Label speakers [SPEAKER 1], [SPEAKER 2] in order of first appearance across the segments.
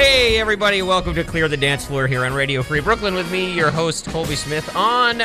[SPEAKER 1] everybody. Welcome to Clear the Dance Floor here on Radio Free Brooklyn with me, your host, Colby Smith, on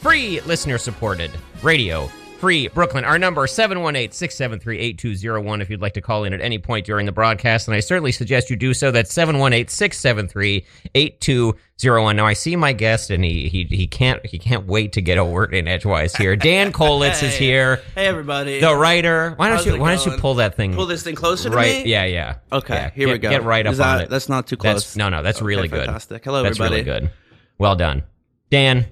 [SPEAKER 1] free listener supported Radio Free Brooklyn. Our number 718 673 8201 if you'd like to call in at any point during the broadcast. And I certainly suggest you do so. That's 718 673 8201. Now, I see my guest and he, he, he, can't, he can't wait to get a word in edgewise here. Dan Kolitz is
[SPEAKER 2] Hey.
[SPEAKER 1] here.
[SPEAKER 2] Hey everybody.
[SPEAKER 1] The writer. Why don't
[SPEAKER 2] How's
[SPEAKER 1] you
[SPEAKER 2] it
[SPEAKER 1] why don't you
[SPEAKER 2] going?
[SPEAKER 1] pull that thing
[SPEAKER 2] Pull this thing closer to
[SPEAKER 1] right?
[SPEAKER 2] me.
[SPEAKER 1] Yeah, yeah.
[SPEAKER 2] Okay,
[SPEAKER 1] Yeah.
[SPEAKER 2] here we
[SPEAKER 1] Get-
[SPEAKER 2] go.
[SPEAKER 1] Get right
[SPEAKER 2] Is
[SPEAKER 1] up on
[SPEAKER 2] that-
[SPEAKER 1] it.
[SPEAKER 2] that's not too
[SPEAKER 1] That's-
[SPEAKER 2] close.
[SPEAKER 1] no, no, that's
[SPEAKER 2] Okay,
[SPEAKER 1] really good.
[SPEAKER 2] fantastic. Hello,
[SPEAKER 1] that's really
[SPEAKER 2] everybody.
[SPEAKER 1] good. Well done, Dan.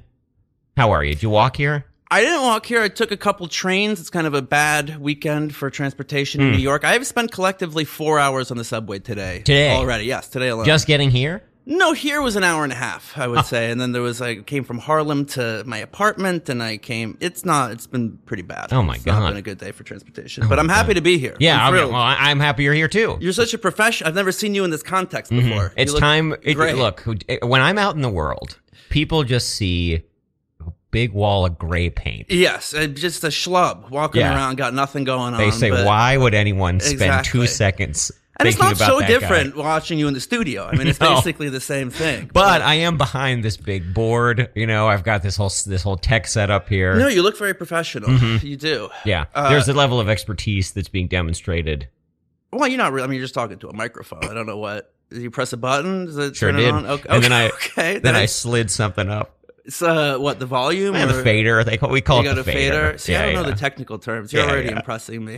[SPEAKER 1] How are you? Did you walk here?
[SPEAKER 2] I didn't walk here. I took a couple trains. It's kind of a bad weekend for transportation
[SPEAKER 1] Hmm.
[SPEAKER 2] in New York. I've spent collectively four hours on the subway today.
[SPEAKER 1] Today?
[SPEAKER 2] already? Yes, today alone.
[SPEAKER 1] Just Oh. getting here?
[SPEAKER 2] no, here was an hour and a half, I would say, and then there was I came from Harlem to my apartment, and I came. It's not. It's been pretty bad.
[SPEAKER 1] Oh, my
[SPEAKER 2] it's
[SPEAKER 1] God. Oh
[SPEAKER 2] Not been a good day for transportation, but I'm happy to be here.
[SPEAKER 1] Yeah.
[SPEAKER 2] I'm
[SPEAKER 1] okay.
[SPEAKER 2] thrilled.
[SPEAKER 1] Well, I, I'm happy you're here too.
[SPEAKER 2] You're such a professional. I've never seen you in this context before. You
[SPEAKER 1] Mm-hmm. it's
[SPEAKER 2] look
[SPEAKER 1] time. It,
[SPEAKER 2] great.
[SPEAKER 1] look, eh, when I'm out in the world, people just see a big wall of gray paint.
[SPEAKER 2] Yes, uh, just a schlub walking
[SPEAKER 1] Yeah.
[SPEAKER 2] around, got nothing going on.
[SPEAKER 1] They say,
[SPEAKER 2] but-
[SPEAKER 1] "Why would anyone spend two
[SPEAKER 2] Exactly.
[SPEAKER 1] seconds?"
[SPEAKER 2] And it's
[SPEAKER 1] thinking
[SPEAKER 2] not
[SPEAKER 1] about
[SPEAKER 2] so
[SPEAKER 1] that guy?"
[SPEAKER 2] different watching you in the studio. I mean, it's
[SPEAKER 1] No.
[SPEAKER 2] basically the same thing.
[SPEAKER 1] But I am behind this big board. You know, I've got this whole this whole tech set up here.
[SPEAKER 2] no, you look very professional.
[SPEAKER 1] Mm-hmm.
[SPEAKER 2] You do.
[SPEAKER 1] Yeah,
[SPEAKER 2] Uh,
[SPEAKER 1] there's a level of expertise that's being demonstrated.
[SPEAKER 2] Well, you're not really. I mean, you're just talking to a microphone. I don't know what. Did you press a button? Does it
[SPEAKER 1] Sure
[SPEAKER 2] turn
[SPEAKER 1] did.
[SPEAKER 2] it on? Okay.
[SPEAKER 1] And then I
[SPEAKER 2] okay.
[SPEAKER 1] Then I slid something up.
[SPEAKER 2] it's, uh, what the volume
[SPEAKER 1] And the
[SPEAKER 2] or-
[SPEAKER 1] fader, they call we call
[SPEAKER 2] You
[SPEAKER 1] it
[SPEAKER 2] got
[SPEAKER 1] the
[SPEAKER 2] a fader.
[SPEAKER 1] fader.
[SPEAKER 2] See, I don't know the technical terms. You're
[SPEAKER 1] Yeah,
[SPEAKER 2] already
[SPEAKER 1] yeah.
[SPEAKER 2] impressing me.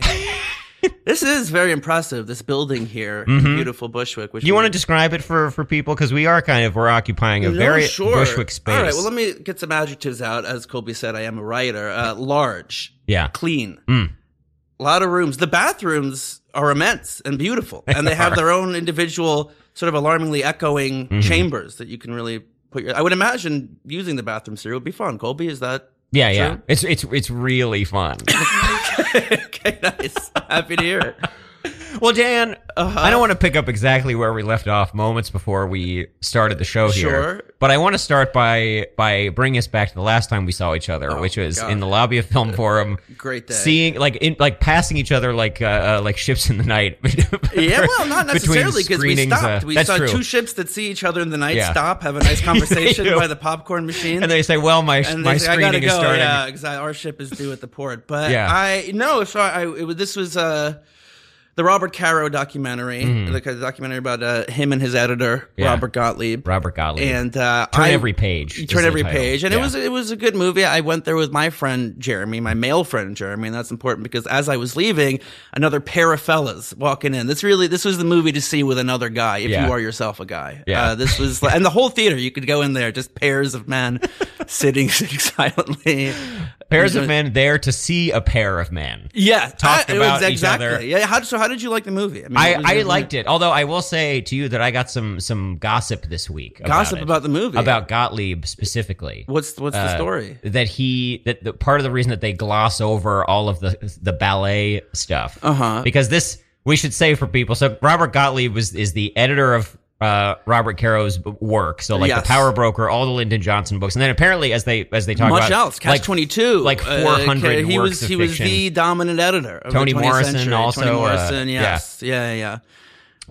[SPEAKER 2] this is very impressive. This building here, in beautiful Bushwick. Which
[SPEAKER 1] Mm-hmm. you
[SPEAKER 2] we-
[SPEAKER 1] want to describe it for for people because we are kind of we're occupying a
[SPEAKER 2] No,
[SPEAKER 1] very
[SPEAKER 2] sure.
[SPEAKER 1] Bushwick space.
[SPEAKER 2] All right, well, let me get some adjectives out. As Colby said, I am a writer. Uh, large,
[SPEAKER 1] yeah,
[SPEAKER 2] clean,
[SPEAKER 1] Mm.
[SPEAKER 2] a lot of rooms. The bathrooms are immense and beautiful, and they have their own individual, sort of alarmingly echoing
[SPEAKER 1] Mm-hmm.
[SPEAKER 2] chambers that you can really put your. I would imagine using the bathrooms here would be fun. Colby, is that
[SPEAKER 1] yeah, yeah.
[SPEAKER 2] True.
[SPEAKER 1] It's it's it's really fun.
[SPEAKER 2] okay? Nice. Happy to hear it.
[SPEAKER 1] well, Dan,
[SPEAKER 2] uh,
[SPEAKER 1] I don't want to pick up exactly where we left off moments before we started the show here,
[SPEAKER 2] Sure.
[SPEAKER 1] but I want to start by by bringing us back to the last time we saw each other, which was
[SPEAKER 2] Oh, God.
[SPEAKER 1] in the lobby of Film Forum.
[SPEAKER 2] Great day.
[SPEAKER 1] seeing like in like passing each other like uh, uh like ships in the night.
[SPEAKER 2] Yeah, well, not
[SPEAKER 1] Between
[SPEAKER 2] necessarily because we
[SPEAKER 1] screenings,
[SPEAKER 2] stopped.
[SPEAKER 1] uh,
[SPEAKER 2] we
[SPEAKER 1] that's
[SPEAKER 2] saw
[SPEAKER 1] true.
[SPEAKER 2] two ships that see each other in the night,
[SPEAKER 1] Yeah.
[SPEAKER 2] stop, have a nice conversation
[SPEAKER 1] do.
[SPEAKER 2] by the popcorn machine,
[SPEAKER 1] and they say, "Well, my
[SPEAKER 2] and
[SPEAKER 1] my
[SPEAKER 2] they say, I gotta
[SPEAKER 1] screening
[SPEAKER 2] go.
[SPEAKER 1] is starting."
[SPEAKER 2] Yeah, exactly. Our ship is due at the port. But
[SPEAKER 1] Yeah.
[SPEAKER 2] I no, so I it, was- this was uh the Robert Caro documentary, the kind of documentary about uh, him and his editor
[SPEAKER 1] Mm-hmm. Yeah.
[SPEAKER 2] Robert Gottlieb,
[SPEAKER 1] Robert Gottlieb.
[SPEAKER 2] and uh,
[SPEAKER 1] turn
[SPEAKER 2] I-
[SPEAKER 1] every page.
[SPEAKER 2] You
[SPEAKER 1] is
[SPEAKER 2] turn
[SPEAKER 1] the
[SPEAKER 2] every
[SPEAKER 1] title.
[SPEAKER 2] page, and
[SPEAKER 1] Yeah.
[SPEAKER 2] it was it was a good movie. I went there with my friend Jeremy, my male friend Jeremy, and that's important because as I was leaving, another pair of fellas walking in. This really this was the movie to see with another guy if
[SPEAKER 1] Yeah.
[SPEAKER 2] you are yourself a guy.
[SPEAKER 1] Yeah.
[SPEAKER 2] Uh, this was and the whole theater you could go in there just pairs of men sitting sitting silently.
[SPEAKER 1] pairs of men there to see a pair of men.
[SPEAKER 2] Yeah,
[SPEAKER 1] Talked
[SPEAKER 2] I- it
[SPEAKER 1] about
[SPEAKER 2] was
[SPEAKER 1] each
[SPEAKER 2] exactly.
[SPEAKER 1] other.
[SPEAKER 2] Yeah, how, so how did you like the movie? mean, what was
[SPEAKER 1] I, I
[SPEAKER 2] your-
[SPEAKER 1] liked it, although I will say to you that I got some some gossip this week.
[SPEAKER 2] gossip
[SPEAKER 1] about, it.
[SPEAKER 2] about the movie
[SPEAKER 1] about Gottlieb specifically.
[SPEAKER 2] what's what's
[SPEAKER 1] Uh,
[SPEAKER 2] the story.
[SPEAKER 1] that he that the, part of the reason that they gloss over all of the the ballet stuff
[SPEAKER 2] Uh-huh.
[SPEAKER 1] because this we should say for people so robert gottlieb was is the editor of uh, robert caro's b- work so like
[SPEAKER 2] Yes.
[SPEAKER 1] the power broker all the lyndon johnson books and then apparently as they as they talk
[SPEAKER 2] Much
[SPEAKER 1] about
[SPEAKER 2] else. Catch
[SPEAKER 1] like,
[SPEAKER 2] twenty two.
[SPEAKER 1] like 400
[SPEAKER 2] he
[SPEAKER 1] works
[SPEAKER 2] was
[SPEAKER 1] of
[SPEAKER 2] he was
[SPEAKER 1] fiction.
[SPEAKER 2] the dominant editor. Of
[SPEAKER 1] Tony
[SPEAKER 2] the 20th
[SPEAKER 1] Morrison
[SPEAKER 2] century.
[SPEAKER 1] also,
[SPEAKER 2] Tony
[SPEAKER 1] uh,
[SPEAKER 2] Morrison.
[SPEAKER 1] yeah.
[SPEAKER 2] yes. Yeah. Yeah.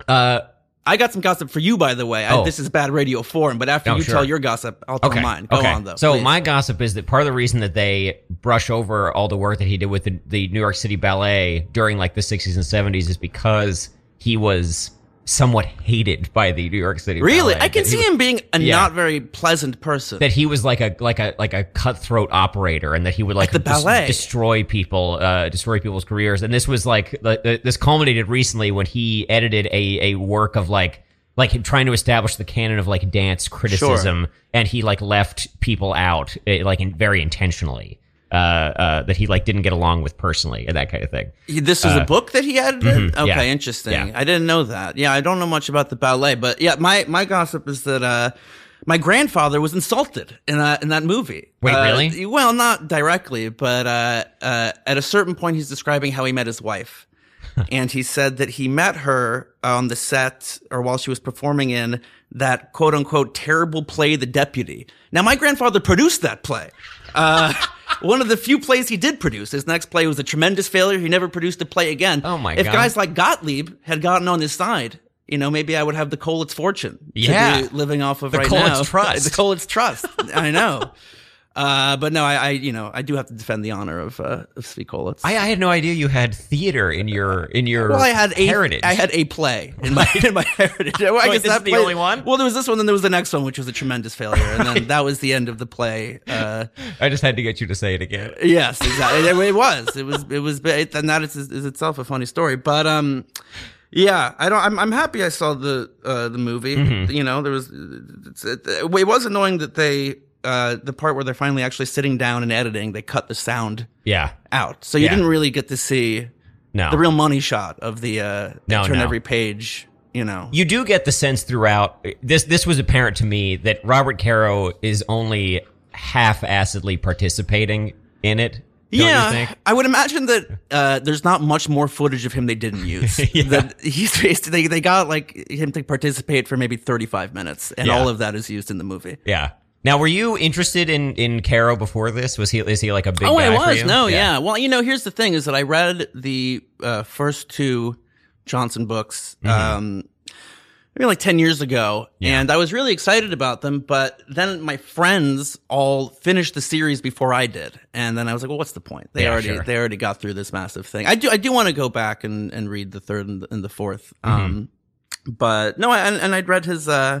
[SPEAKER 2] Yeah.
[SPEAKER 1] uh,
[SPEAKER 2] I got some gossip for you, by the way. I,
[SPEAKER 1] Oh.
[SPEAKER 2] this is bad radio form, but after
[SPEAKER 1] Oh,
[SPEAKER 2] you
[SPEAKER 1] sure.
[SPEAKER 2] tell your gossip, I'll tell
[SPEAKER 1] okay
[SPEAKER 2] mine. Go
[SPEAKER 1] okay
[SPEAKER 2] on though.
[SPEAKER 1] so
[SPEAKER 2] please.
[SPEAKER 1] my gossip is that part of the reason that they brush over all the work that he did with the, the new york city ballet during like the 60s and 70s is because he was somewhat hated by the new york city
[SPEAKER 2] really,
[SPEAKER 1] Ballet,
[SPEAKER 2] I can
[SPEAKER 1] that he
[SPEAKER 2] see
[SPEAKER 1] was-
[SPEAKER 2] him being a
[SPEAKER 1] Yeah.
[SPEAKER 2] not very pleasant person.
[SPEAKER 1] that he was like a like a like a cutthroat operator and that he would like
[SPEAKER 2] the ballet.
[SPEAKER 1] destroy people uh destroy people's careers and this was like like, uh, this culminated recently when he edited a a work of like like him trying to establish the canon of like dance criticism and he like left people out eh, like in, very intentionally uh uh that he like didn't get along with personally and that kind of thing
[SPEAKER 2] He- This was a book that he edited.
[SPEAKER 1] mhm,
[SPEAKER 2] okay,
[SPEAKER 1] Uh, yeah.
[SPEAKER 2] interesting.
[SPEAKER 1] Yeah.
[SPEAKER 2] I didn't know that. Yeah, I don't know much about the ballet, but yeah, my my gossip is that uh, my grandfather was insulted in uh, in that movie.
[SPEAKER 1] Wait,
[SPEAKER 2] Uh,
[SPEAKER 1] really?
[SPEAKER 2] Well, not directly, but uh, uh, at a certain point, he's describing how he met his wife, and he said that he met her on the set or while she was performing in that quote unquote terrible play, The Deputy. Now, my grandfather produced that play. Uh, One of the few plays he did produce. His next play was a tremendous failure. He never produced a play again.
[SPEAKER 1] Oh, my
[SPEAKER 2] If
[SPEAKER 1] God.
[SPEAKER 2] guys like Gottlieb had gotten on his side you know, maybe I would have the Colitz fortune. to
[SPEAKER 1] Yeah.
[SPEAKER 2] be living off of
[SPEAKER 1] The
[SPEAKER 2] right
[SPEAKER 1] Colitz
[SPEAKER 2] now.
[SPEAKER 1] Trust.
[SPEAKER 2] The Colitz Trust. I know. Uh, but no, I, I, you know, I do have to defend the honor of uh, of Svi Kolitz.
[SPEAKER 1] I, I had no idea you had theater in your in your
[SPEAKER 2] well, I had a
[SPEAKER 1] heritage.
[SPEAKER 2] I had a play in my in my heritage. Well, I
[SPEAKER 1] Wait, this is the
[SPEAKER 2] play-
[SPEAKER 1] only one?
[SPEAKER 2] Well, there was this one, then there was the next one, which was a tremendous failure, and then that was the end of the play. Uh,
[SPEAKER 1] I just had to get you to say it again.
[SPEAKER 2] Yes, exactly. it, it was. It was. It was. It, and that is, is itself a funny story. But um, yeah, I don't. I'm, I'm happy I saw the uh, the movie.
[SPEAKER 1] Mm-hmm.
[SPEAKER 2] You know, there was. It's, it, it was annoying that they uh, the part where they're finally actually sitting down and editing, they cut the sound
[SPEAKER 1] Yeah.
[SPEAKER 2] out, so you
[SPEAKER 1] Yeah.
[SPEAKER 2] didn't really get to see
[SPEAKER 1] No.
[SPEAKER 2] the real money shot of the uh,
[SPEAKER 1] No,
[SPEAKER 2] turn
[SPEAKER 1] no.
[SPEAKER 2] every page. You know,
[SPEAKER 1] you do get the sense throughout this this was apparent to me that Robert Caro is only half-assedly participating in it. Don't
[SPEAKER 2] yeah,
[SPEAKER 1] you think?
[SPEAKER 2] I would imagine that uh, there's not much more footage of him they didn't use.
[SPEAKER 1] Yeah.
[SPEAKER 2] That he's based, they they got like him to participate for maybe 35 minutes, and
[SPEAKER 1] Yeah.
[SPEAKER 2] all of that is used in the movie.
[SPEAKER 1] Yeah. Now, were you interested in in Caro before this? Was he is he like a big?
[SPEAKER 2] oh,
[SPEAKER 1] guy
[SPEAKER 2] I
[SPEAKER 1] for
[SPEAKER 2] was
[SPEAKER 1] you?
[SPEAKER 2] no, yeah. Well, you know, here's the thing: is that I read the uh, first two Johnson books. Um, Maybe like 10 years ago,
[SPEAKER 1] Mm-hmm. Yeah.
[SPEAKER 2] and I was really excited about them, but then my friends all finished the series before I did. And then I was like, well, what's the point? They
[SPEAKER 1] Yeah,
[SPEAKER 2] already
[SPEAKER 1] sure.
[SPEAKER 2] they already got through this massive thing. I do I do want to go back and, and read the third and the, and the 4th
[SPEAKER 1] Mm-hmm.
[SPEAKER 2] Um, but no, I, and, and I'd read his uh,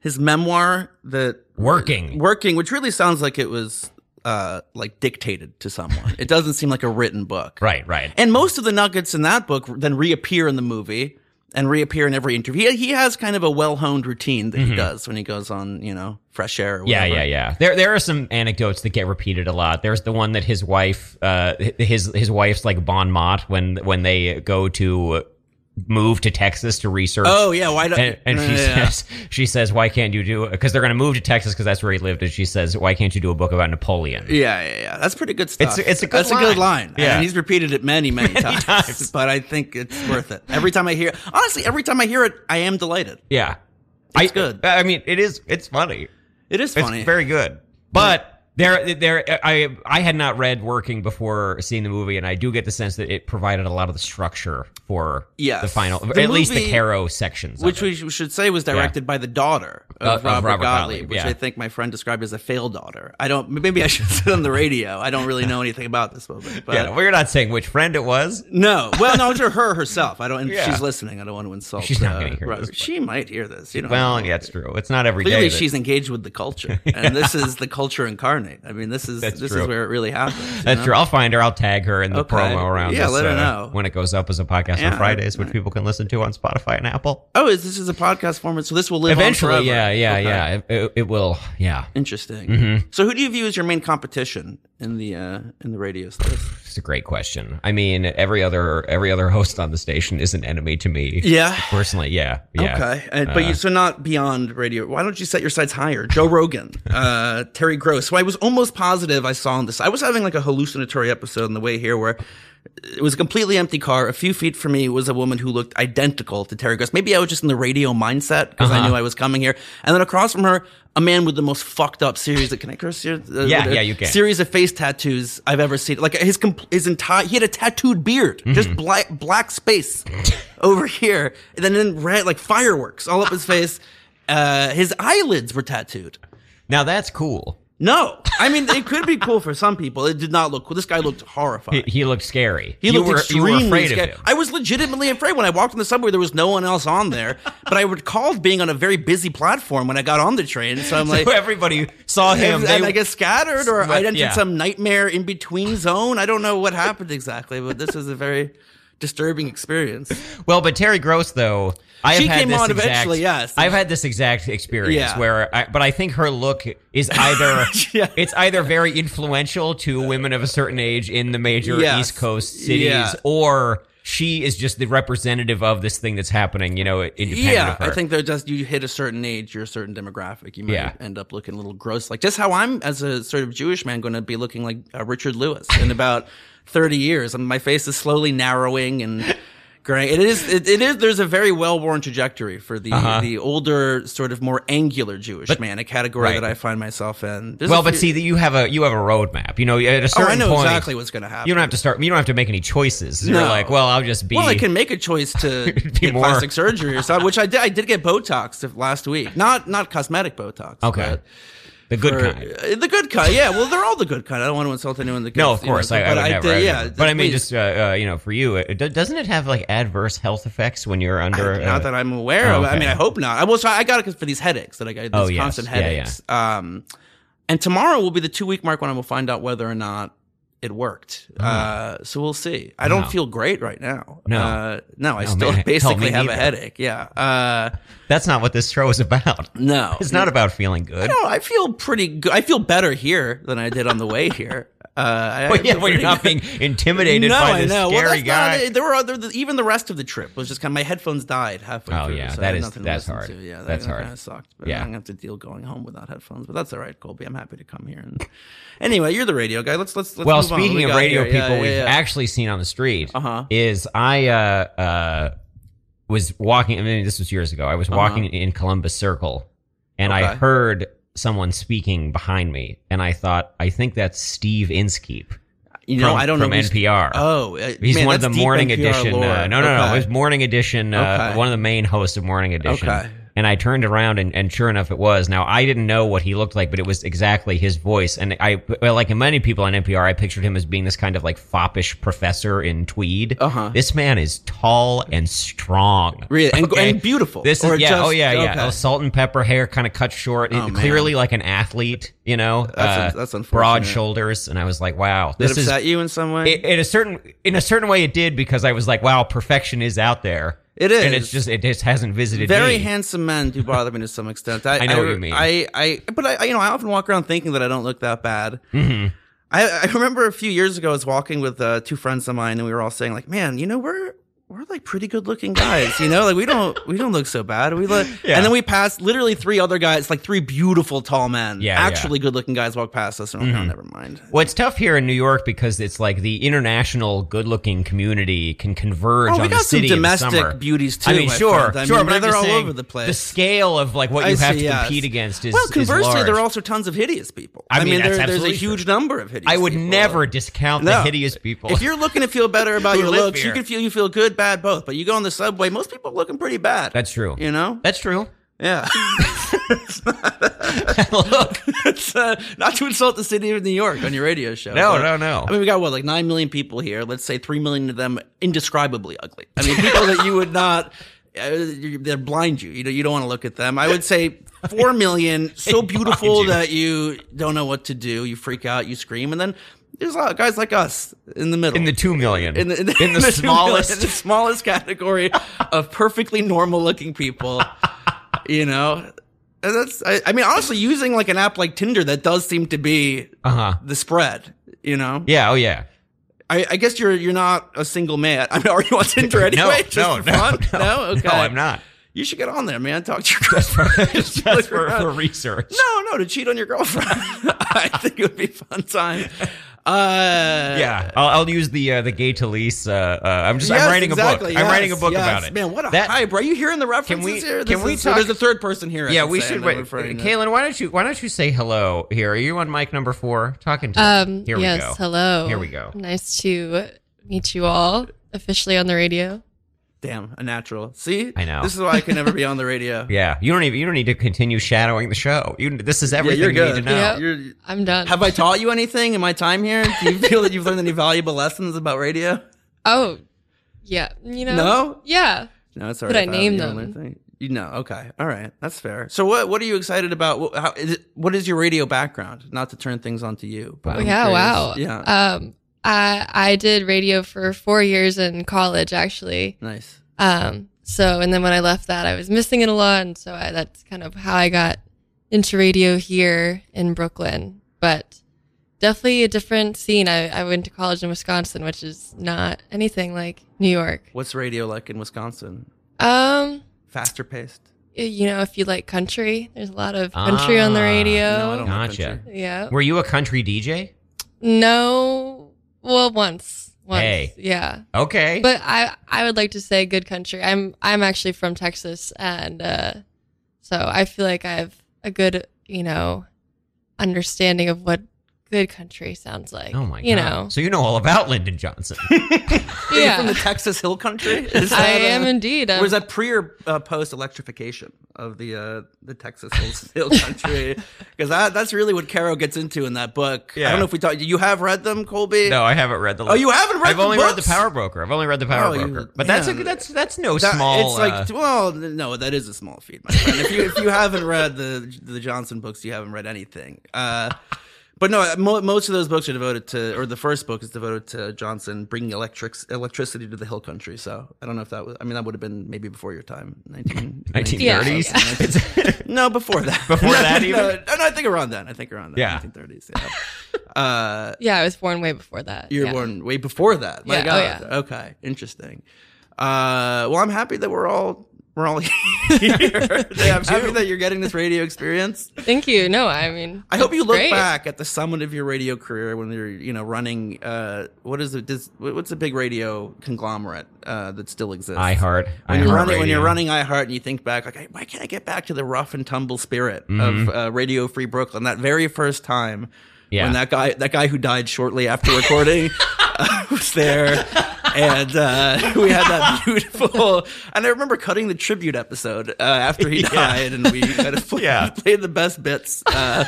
[SPEAKER 2] his memoir that
[SPEAKER 1] Working.
[SPEAKER 2] working, which really sounds like it was uh, like dictated to someone. it doesn't seem like a written book,
[SPEAKER 1] Right. Right.
[SPEAKER 2] And most of the nuggets in that book then reappear in the movie and reappear in every interview. He, he has kind of a well honed routine that he does when he goes on, you know, fresh air. Or
[SPEAKER 1] Mm-hmm. Yeah,
[SPEAKER 2] whatever.
[SPEAKER 1] yeah, yeah. There, there are some anecdotes that get repeated a lot. There's the one that his wife, uh, his his wife's like bon mot when when they go to move to Texas to research.
[SPEAKER 2] Oh yeah, why don't?
[SPEAKER 1] And, and she
[SPEAKER 2] yeah, yeah.
[SPEAKER 1] says, she says, why can't you do? Because they're going to move to Texas because that's where he lived. And she says, why can't you do a book about Napoleon?
[SPEAKER 2] Yeah, yeah, yeah. That's pretty good
[SPEAKER 1] It's-
[SPEAKER 2] stuff.
[SPEAKER 1] it's a good
[SPEAKER 2] That's a good
[SPEAKER 1] line.
[SPEAKER 2] line.
[SPEAKER 1] Yeah.
[SPEAKER 2] Yeah, and he's repeated it many, many, times,
[SPEAKER 1] times.
[SPEAKER 2] But I think it's worth it. Every time I hear, honestly, every time I hear it, I am delighted.
[SPEAKER 1] Yeah, it's I,
[SPEAKER 2] good.
[SPEAKER 1] I mean, it is. It's funny.
[SPEAKER 2] It is funny.
[SPEAKER 1] It's very good. But there, there, I, I had not read Working before seeing the movie, and I do get the sense that it provided a lot of the structure for
[SPEAKER 2] Yes.
[SPEAKER 1] the final, at
[SPEAKER 2] The
[SPEAKER 1] least the
[SPEAKER 2] movie-
[SPEAKER 1] Caro sections.
[SPEAKER 2] which
[SPEAKER 1] of it.
[SPEAKER 2] we sh- should say was directed by the daughter
[SPEAKER 1] Uh,
[SPEAKER 2] of,
[SPEAKER 1] of
[SPEAKER 2] Robert,
[SPEAKER 1] Robert
[SPEAKER 2] Gottlieb,
[SPEAKER 1] Gottlieb,
[SPEAKER 2] which
[SPEAKER 1] yeah.
[SPEAKER 2] I think my friend described as a failed daughter. I don't. Maybe I should sit on the radio. I don't really know anything about this movie. But
[SPEAKER 1] yeah, we're not saying which friend it was.
[SPEAKER 2] no, well, no, it's her herself. I don't. And
[SPEAKER 1] Yeah.
[SPEAKER 2] She's listening. I don't want to insult.
[SPEAKER 1] She's not gonna hear
[SPEAKER 2] Robert.
[SPEAKER 1] this, but-
[SPEAKER 2] She might hear this. You know.
[SPEAKER 1] Well, yeah, it's true. It's not every day.
[SPEAKER 2] Clearly,
[SPEAKER 1] that-
[SPEAKER 2] she's engaged with the culture, and this is the culture incarnate. I mean, this is
[SPEAKER 1] That's
[SPEAKER 2] this
[SPEAKER 1] true.
[SPEAKER 2] is where it really happens. you
[SPEAKER 1] That's
[SPEAKER 2] know?
[SPEAKER 1] true. I'll find her. I'll tag her in the
[SPEAKER 2] Okay.
[SPEAKER 1] promo around.
[SPEAKER 2] Yeah,
[SPEAKER 1] this,
[SPEAKER 2] let her
[SPEAKER 1] uh,
[SPEAKER 2] know.
[SPEAKER 1] when it goes up as a podcast on
[SPEAKER 2] Yeah,
[SPEAKER 1] Fridays, which people can listen to on Spotify and Apple.
[SPEAKER 2] Oh, is this is a podcast format? So this will live on
[SPEAKER 1] Eventually,
[SPEAKER 2] forever.
[SPEAKER 1] yeah, yeah,
[SPEAKER 2] Okay.
[SPEAKER 1] yeah. Mm-hmm. It, it- it will. Yeah,
[SPEAKER 2] Interesting. So, who do you view as your main competition in the uh, in the radio space?
[SPEAKER 1] it's a great question. I mean, every other every other host on the station is an enemy to me.
[SPEAKER 2] Yeah.
[SPEAKER 1] personally, yeah, yeah.
[SPEAKER 2] Okay, and, but you so not beyond radio. Why don't you set your sights higher? Joe Rogan, uh, Terry Gross. So I was almost positive I saw on this. I was having like a hallucinatory episode on the way here where it was a completely empty car. A few feet from me was a woman who looked identical to Terry Gross. Maybe I was just in the radio mindset because I knew I was coming here. And then across from her, a man with the most fucked up series of can I curse here? Uh,
[SPEAKER 1] Yeah,
[SPEAKER 2] with a
[SPEAKER 1] yeah, you can.
[SPEAKER 2] Series of face tattoos I've ever seen. Like his compl- his entire he had a tattooed beard,
[SPEAKER 1] Mm-hmm.
[SPEAKER 2] just black black space over here, and then in red like fireworks all up his face. Uh, his eyelids were tattooed.
[SPEAKER 1] Now that's cool.
[SPEAKER 2] No, I mean it could be cool for some people. It did not look cool. This guy looked horrified.
[SPEAKER 1] He, he looked scary.
[SPEAKER 2] He
[SPEAKER 1] you
[SPEAKER 2] looked
[SPEAKER 1] were,
[SPEAKER 2] extremely
[SPEAKER 1] you were afraid
[SPEAKER 2] scared.
[SPEAKER 1] of him.
[SPEAKER 2] I was legitimately afraid when I walked on the subway. There was no one else on there, but I recalled being on a very busy platform when I got on the train. So I'm like,
[SPEAKER 1] so everybody saw him.
[SPEAKER 2] and,
[SPEAKER 1] They,
[SPEAKER 2] and I guess scattered, or I
[SPEAKER 1] But,
[SPEAKER 2] entered
[SPEAKER 1] yeah.
[SPEAKER 2] some nightmare in between zone. I don't know what happened exactly, but this was a very disturbing experience.
[SPEAKER 1] Well, but Terry Gross, though, I have
[SPEAKER 2] She
[SPEAKER 1] had
[SPEAKER 2] came
[SPEAKER 1] this
[SPEAKER 2] on
[SPEAKER 1] exact,
[SPEAKER 2] eventually, yes.
[SPEAKER 1] I've had this exact experience
[SPEAKER 2] Yeah.
[SPEAKER 1] where, I, but I think her look is either
[SPEAKER 2] Yeah.
[SPEAKER 1] it's either very influential to women of a certain age in the major
[SPEAKER 2] Yes.
[SPEAKER 1] East Coast cities,
[SPEAKER 2] Yeah.
[SPEAKER 1] or she is just the representative of this thing that's happening. You know, independent
[SPEAKER 2] Yeah,
[SPEAKER 1] of her.
[SPEAKER 2] I think they're just you hit a certain age, you're a certain demographic, you might
[SPEAKER 1] Yeah.
[SPEAKER 2] end up looking a little gross. Like just how I'm as a sort of Jewish man going to be looking like uh, Richard Lewis in about 30 years, and my face is slowly narrowing and. growing. It is. It, it is. There's a very well-worn trajectory for the
[SPEAKER 1] Uh-huh.
[SPEAKER 2] the older, sort of more angular Jewish
[SPEAKER 1] But-
[SPEAKER 2] man, a category
[SPEAKER 1] right.
[SPEAKER 2] that I find myself in. There's a
[SPEAKER 1] well, but
[SPEAKER 2] few-
[SPEAKER 1] see that you have a you have a roadmap. You know, at a
[SPEAKER 2] oh,
[SPEAKER 1] certain
[SPEAKER 2] I know
[SPEAKER 1] point,
[SPEAKER 2] exactly what's going to happen.
[SPEAKER 1] you don't have to start. You don't have to make any choices. You're
[SPEAKER 2] No.
[SPEAKER 1] like, well, I'll just be.
[SPEAKER 2] Well, I can make a choice to get
[SPEAKER 1] more.
[SPEAKER 2] plastic surgery or something, which I did. I did get Botox last week. Not not cosmetic Botox.
[SPEAKER 1] okay,
[SPEAKER 2] but
[SPEAKER 1] the good
[SPEAKER 2] for-
[SPEAKER 1] kind.
[SPEAKER 2] uh, The good kind. Yeah. Well, they're all the good kind. I don't want to insult anyone. That gets,
[SPEAKER 1] No, of
[SPEAKER 2] you know,
[SPEAKER 1] course, I, I
[SPEAKER 2] but
[SPEAKER 1] would never.
[SPEAKER 2] did-
[SPEAKER 1] I would
[SPEAKER 2] yeah.
[SPEAKER 1] never. but I mean,
[SPEAKER 2] please.
[SPEAKER 1] just uh, uh, you know, for you, it, do- doesn't it have like adverse health effects when you're under?
[SPEAKER 2] I- not
[SPEAKER 1] uh,
[SPEAKER 2] that I'm aware
[SPEAKER 1] oh,
[SPEAKER 2] of. I
[SPEAKER 1] okay.
[SPEAKER 2] mean, I hope not. I will. So I got it 'cause for these headaches that I got. These
[SPEAKER 1] Oh, yes.
[SPEAKER 2] constant
[SPEAKER 1] Yeah, yeah.
[SPEAKER 2] headaches. Um, and tomorrow will be the two week mark when I will find out whether or not it worked. Uh, so we'll see. I don't
[SPEAKER 1] Ah. No.
[SPEAKER 2] feel great right now.
[SPEAKER 1] No.
[SPEAKER 2] uh, no, I
[SPEAKER 1] No,
[SPEAKER 2] still
[SPEAKER 1] man. Hell, me
[SPEAKER 2] basically have a
[SPEAKER 1] neither.
[SPEAKER 2] headache. Yeah. Uh,
[SPEAKER 1] that's not what this show is about.
[SPEAKER 2] no,
[SPEAKER 1] It's not about feeling good.
[SPEAKER 2] No, I feel pretty good. I feel better here than I did on the way here. Uh, I- I
[SPEAKER 1] Well, yeah,
[SPEAKER 2] feel
[SPEAKER 1] when you're
[SPEAKER 2] pretty
[SPEAKER 1] not
[SPEAKER 2] good.
[SPEAKER 1] being intimidated by this
[SPEAKER 2] Well,
[SPEAKER 1] scary
[SPEAKER 2] that's not
[SPEAKER 1] guy.
[SPEAKER 2] it. there were other, the, even the rest of the trip was just kind of my headphones died halfway
[SPEAKER 1] Oh,
[SPEAKER 2] through.
[SPEAKER 1] yeah,
[SPEAKER 2] so I
[SPEAKER 1] that
[SPEAKER 2] had
[SPEAKER 1] is-
[SPEAKER 2] nothing to
[SPEAKER 1] that's
[SPEAKER 2] listen
[SPEAKER 1] hard.
[SPEAKER 2] to. Yeah,
[SPEAKER 1] That's
[SPEAKER 2] that
[SPEAKER 1] hard.
[SPEAKER 2] Kind of sucked. But
[SPEAKER 1] Yeah.
[SPEAKER 2] I'm gonna have to deal going home without headphones, but that's all right, Colby. I'm happy to come here. And anyway, you're the radio guy. Let's let's let's.
[SPEAKER 1] well,
[SPEAKER 2] move on. What
[SPEAKER 1] speaking
[SPEAKER 2] we
[SPEAKER 1] of
[SPEAKER 2] got
[SPEAKER 1] radio
[SPEAKER 2] here?
[SPEAKER 1] people,
[SPEAKER 2] Yeah, yeah,
[SPEAKER 1] we've
[SPEAKER 2] yeah.
[SPEAKER 1] actually seen on the street
[SPEAKER 2] Uh-huh.
[SPEAKER 1] is I uh, uh, was walking. I mean, this was years ago. I was walking in Columbus Circle, and I
[SPEAKER 2] Uh-huh. Okay.
[SPEAKER 1] heard someone speaking behind me, and I thought, I think that's Steve Inskeep.
[SPEAKER 2] you know
[SPEAKER 1] from-
[SPEAKER 2] I don't know
[SPEAKER 1] from
[SPEAKER 2] who's-
[SPEAKER 1] NPR.
[SPEAKER 2] Oh, uh,
[SPEAKER 1] He's
[SPEAKER 2] man,
[SPEAKER 1] one of the
[SPEAKER 2] that's deep
[SPEAKER 1] morning
[SPEAKER 2] NPR
[SPEAKER 1] edition.
[SPEAKER 2] lore.
[SPEAKER 1] Uh, no, no, no. It
[SPEAKER 2] Okay.
[SPEAKER 1] was morning edition. Uh,
[SPEAKER 2] Okay.
[SPEAKER 1] One of the main hosts of morning edition.
[SPEAKER 2] Okay.
[SPEAKER 1] And I turned around, and, and sure enough, it was. Now I didn't know what he looked like, but it was exactly his voice. And I, well, like many people on NPR, I pictured him as being this kind of like foppish professor in tweed.
[SPEAKER 2] Uh-huh.
[SPEAKER 1] This man is tall and strong.
[SPEAKER 2] Really, and,
[SPEAKER 1] Okay.
[SPEAKER 2] and beautiful.
[SPEAKER 1] This
[SPEAKER 2] Or
[SPEAKER 1] is yeah,
[SPEAKER 2] just-
[SPEAKER 1] oh yeah, yeah.
[SPEAKER 2] okay.
[SPEAKER 1] Oh, salt and pepper hair, kind of cut short.
[SPEAKER 2] Oh,
[SPEAKER 1] It-
[SPEAKER 2] man.
[SPEAKER 1] clearly like an athlete, you know. uh,
[SPEAKER 2] That's un- that's
[SPEAKER 1] Broad
[SPEAKER 2] unfortunate.
[SPEAKER 1] shoulders, and I was like, wow,
[SPEAKER 2] Did it
[SPEAKER 1] this is
[SPEAKER 2] upset you in some way?
[SPEAKER 1] it, in a certain in a certain way it did because I was like, wow, perfection is out there.
[SPEAKER 2] It
[SPEAKER 1] and
[SPEAKER 2] is.
[SPEAKER 1] it's just it just hasn't visited
[SPEAKER 2] Very
[SPEAKER 1] me.
[SPEAKER 2] handsome men do bother me to some extent. I,
[SPEAKER 1] I know what you mean.
[SPEAKER 2] I, I, but I, you know, I often walk around thinking that I don't look that bad.
[SPEAKER 1] Mm-hmm.
[SPEAKER 2] I, I remember a few years ago, I was walking with uh, two friends of mine, and we were all saying, like, "Man, you know, we're we're like pretty good looking guys. You know, like we don't we don't look so bad. We look."
[SPEAKER 1] Yeah.
[SPEAKER 2] And then we passed literally three other guys, like three beautiful tall men,
[SPEAKER 1] Yeah, Mm-hmm. yeah.
[SPEAKER 2] actually good looking guys, walk past us, and we're like, "Oh, never mind.
[SPEAKER 1] well, it's tough here in New York because it's like the international good-looking community can converge
[SPEAKER 2] Oh,
[SPEAKER 1] on
[SPEAKER 2] we
[SPEAKER 1] the
[SPEAKER 2] got some
[SPEAKER 1] city in the summer.
[SPEAKER 2] domestic beauties too.
[SPEAKER 1] I mean,
[SPEAKER 2] my
[SPEAKER 1] sure,
[SPEAKER 2] friend. I
[SPEAKER 1] sure,
[SPEAKER 2] mean,
[SPEAKER 1] but I'm
[SPEAKER 2] they're
[SPEAKER 1] just
[SPEAKER 2] all
[SPEAKER 1] saying
[SPEAKER 2] over the place.
[SPEAKER 1] The scale of like what
[SPEAKER 2] I
[SPEAKER 1] you have
[SPEAKER 2] see,
[SPEAKER 1] to
[SPEAKER 2] yes.
[SPEAKER 1] compete against is
[SPEAKER 2] well,
[SPEAKER 1] is
[SPEAKER 2] conversely,
[SPEAKER 1] large.
[SPEAKER 2] there are also tons of hideous people.
[SPEAKER 1] I
[SPEAKER 2] I
[SPEAKER 1] mean,
[SPEAKER 2] mean,
[SPEAKER 1] that's
[SPEAKER 2] there, there's a
[SPEAKER 1] absolutely true.
[SPEAKER 2] huge number of hideous.
[SPEAKER 1] I would
[SPEAKER 2] people.
[SPEAKER 1] never discount the
[SPEAKER 2] No.
[SPEAKER 1] hideous people.
[SPEAKER 2] If you're looking to feel better about
[SPEAKER 1] who
[SPEAKER 2] your
[SPEAKER 1] live
[SPEAKER 2] looks,
[SPEAKER 1] here.
[SPEAKER 2] you can feel you feel good, bad, both. But you go on the subway, most people are looking pretty bad.
[SPEAKER 1] That's true.
[SPEAKER 2] You know,
[SPEAKER 1] That's true.
[SPEAKER 2] yeah.
[SPEAKER 1] Look,
[SPEAKER 2] It's, uh, not to insult the city of New York on your radio show.
[SPEAKER 1] no,
[SPEAKER 2] but-
[SPEAKER 1] no, no.
[SPEAKER 2] I mean, we got what, like nine million people here. Let's say three million of them indescribably ugly. I mean, people that you would not. Uh, you- they blind you. You know, you don't want to look at them. I would say four million so beautiful
[SPEAKER 1] you.
[SPEAKER 2] that you don't know what to do. You freak out. You scream, and then there's a lot of guys like us in the middle.
[SPEAKER 1] in the two million,
[SPEAKER 2] in the, in the,
[SPEAKER 1] in the
[SPEAKER 2] two million- in the
[SPEAKER 1] smallest
[SPEAKER 2] smallest category of perfectly normal looking people. you know, And that's. I, I mean, honestly, using like an app like Tinder that does seem to be
[SPEAKER 1] Uh huh.
[SPEAKER 2] the spread. You know,
[SPEAKER 1] Yeah. Oh yeah.
[SPEAKER 2] I, I guess you're you're not a single man. I mean, are you on Tinder
[SPEAKER 1] No,
[SPEAKER 2] anyway? Just
[SPEAKER 1] no,
[SPEAKER 2] for
[SPEAKER 1] no,
[SPEAKER 2] fun?
[SPEAKER 1] no,
[SPEAKER 2] okay.
[SPEAKER 1] No, I'm not.
[SPEAKER 2] You should get on there, man. Talk to your girlfriend.
[SPEAKER 1] Just
[SPEAKER 2] Look
[SPEAKER 1] for,
[SPEAKER 2] around.
[SPEAKER 1] for research.
[SPEAKER 2] no, no, to cheat on your girlfriend. I think it would be a fun time. Uh,
[SPEAKER 1] Yeah, I'll, I'll use the uh, the gay to lease. Uh, uh, I'm just
[SPEAKER 2] Yes,
[SPEAKER 1] I'm writing
[SPEAKER 2] exactly.
[SPEAKER 1] a book. I'm
[SPEAKER 2] Yes,
[SPEAKER 1] writing a book
[SPEAKER 2] yes.
[SPEAKER 1] about it.
[SPEAKER 2] Man, what a
[SPEAKER 1] That-
[SPEAKER 2] hype! Are you hearing the references
[SPEAKER 1] we-
[SPEAKER 2] here?
[SPEAKER 1] can
[SPEAKER 2] This
[SPEAKER 1] we
[SPEAKER 2] is-
[SPEAKER 1] talk-
[SPEAKER 2] There's a third person here. I
[SPEAKER 1] Yeah,
[SPEAKER 2] should
[SPEAKER 1] we
[SPEAKER 2] say,
[SPEAKER 1] should
[SPEAKER 2] and
[SPEAKER 1] wait.
[SPEAKER 2] I'm referring to-
[SPEAKER 1] Kaylin, why don't you why don't you say hello here? Are you on mic number four? Talking to
[SPEAKER 3] Um,
[SPEAKER 1] Here we
[SPEAKER 3] yes,
[SPEAKER 1] go.
[SPEAKER 3] hello.
[SPEAKER 1] Here we go.
[SPEAKER 3] Nice to meet you all officially on the radio.
[SPEAKER 2] Damn, a natural. See,
[SPEAKER 1] I know.
[SPEAKER 2] This is why I can never be on the radio.
[SPEAKER 1] Yeah, you don't even you don't need to continue shadowing the show. You this is everything
[SPEAKER 2] you're
[SPEAKER 1] you
[SPEAKER 2] good.
[SPEAKER 1] need to know.
[SPEAKER 3] Yeah.
[SPEAKER 2] You're-
[SPEAKER 3] I'm done.
[SPEAKER 2] have I taught you anything in my time here? Do you feel that you've learned any valuable lessons about radio?
[SPEAKER 3] oh, yeah. You know?
[SPEAKER 2] No?
[SPEAKER 3] Yeah.
[SPEAKER 2] No, it's all
[SPEAKER 3] But
[SPEAKER 2] right.
[SPEAKER 3] I
[SPEAKER 2] if
[SPEAKER 3] named
[SPEAKER 2] you don't
[SPEAKER 3] them.
[SPEAKER 2] learn anything. You know, okay, all right, that's fair. So, what what are you excited about? What, how, is it, what is your radio background? Not to turn things on to you,
[SPEAKER 1] Wow.
[SPEAKER 2] but I'm
[SPEAKER 3] Oh, yeah.
[SPEAKER 2] curious.
[SPEAKER 3] Wow.
[SPEAKER 2] yeah,
[SPEAKER 3] Um, I I did radio for four years in college actually.
[SPEAKER 2] nice.
[SPEAKER 3] Um, so and then when I left that, I was missing it a lot, and so I, that's kind of how I got into radio here in Brooklyn. But definitely a different scene. I, I went to college in Wisconsin, which is not anything like New York.
[SPEAKER 2] What's radio like in Wisconsin?
[SPEAKER 3] Um,
[SPEAKER 2] Faster paced.
[SPEAKER 3] you know, if you like country, there's a lot of country on the
[SPEAKER 1] Ah,
[SPEAKER 3] radio.
[SPEAKER 2] No, I don't like
[SPEAKER 1] Gotcha.
[SPEAKER 2] country.
[SPEAKER 3] Yeah.
[SPEAKER 1] Were you a country DJ?
[SPEAKER 3] No. Well, once. once.
[SPEAKER 1] Hey.
[SPEAKER 3] Yeah.
[SPEAKER 1] Okay.
[SPEAKER 3] But I I would like to say good country. I'm I'm actually from Texas and uh so I feel like I have a good, you know, understanding of what good country sounds like.
[SPEAKER 1] oh my god.
[SPEAKER 3] You know.
[SPEAKER 1] So you know all about Lyndon Johnson.
[SPEAKER 2] Are you from
[SPEAKER 3] yeah.
[SPEAKER 2] the Texas Hill Country? Is
[SPEAKER 3] I
[SPEAKER 2] that, uh,
[SPEAKER 3] am indeed. Um,
[SPEAKER 2] was that pre or uh, post electrification of the uh, the Texas Hills, Hill Country? Because that's really what Caro gets into in that book. I
[SPEAKER 1] Yeah.
[SPEAKER 2] don't know if we talked. You have read them, Colby?
[SPEAKER 1] no, I haven't read the.
[SPEAKER 2] Oh, you haven't read
[SPEAKER 1] I've
[SPEAKER 2] the
[SPEAKER 1] only read
[SPEAKER 2] books?
[SPEAKER 1] the Power Broker. I've only read the Power
[SPEAKER 2] Oh, you-
[SPEAKER 1] Broker. but that's a,
[SPEAKER 2] man.
[SPEAKER 1] that's that's no
[SPEAKER 2] That-
[SPEAKER 1] small.
[SPEAKER 2] It's
[SPEAKER 1] uh,
[SPEAKER 2] like well, no, that is a small feed, my friend. If you if you haven't read the the Johnson books, you haven't read anything. Uh, but no, mo- most of those books are devoted to, or the first book is devoted to Johnson bringing electrics electricity to the Hill Country. So I don't know if that was. I mean, that would have been maybe before your time, 19,
[SPEAKER 1] 1930s.
[SPEAKER 3] Yeah,
[SPEAKER 1] It's-
[SPEAKER 2] No, before that.
[SPEAKER 1] Before that
[SPEAKER 2] No,
[SPEAKER 1] even?
[SPEAKER 2] No, no, I think around then. I think around then.
[SPEAKER 1] Yeah.
[SPEAKER 2] 1930s. Yeah. uh,
[SPEAKER 3] yeah, I was born way before that.
[SPEAKER 2] you were
[SPEAKER 3] yeah.
[SPEAKER 2] born way before that. My
[SPEAKER 3] Yeah, oh,
[SPEAKER 2] God.
[SPEAKER 3] yeah.
[SPEAKER 2] Okay. Interesting. Uh, well, I'm happy that we're all we're all here. Yeah, I'm happy that you're getting this radio experience.
[SPEAKER 3] Thank you. No, I mean
[SPEAKER 2] I hope you
[SPEAKER 3] it's
[SPEAKER 2] look
[SPEAKER 3] great.
[SPEAKER 2] back at the summit of your radio career when you're, you know, running. Uh, what is it? Does, what's a big radio conglomerate uh, that still exists?
[SPEAKER 1] iHeart.
[SPEAKER 2] when you're
[SPEAKER 1] iHeart
[SPEAKER 2] running when you're
[SPEAKER 1] Radio.
[SPEAKER 2] running iHeart and you think back like "Hey, why can't I get back to the rough and tumble spirit of uh, Radio Free Brooklyn that very first time
[SPEAKER 1] Mm-hmm. Yeah.
[SPEAKER 2] when that guy that guy who died shortly after recording uh, was there and uh, we had that beautiful and I remember cutting the tribute episode uh, after he died and we kind of played,
[SPEAKER 1] Yeah.
[SPEAKER 2] played the best bits uh,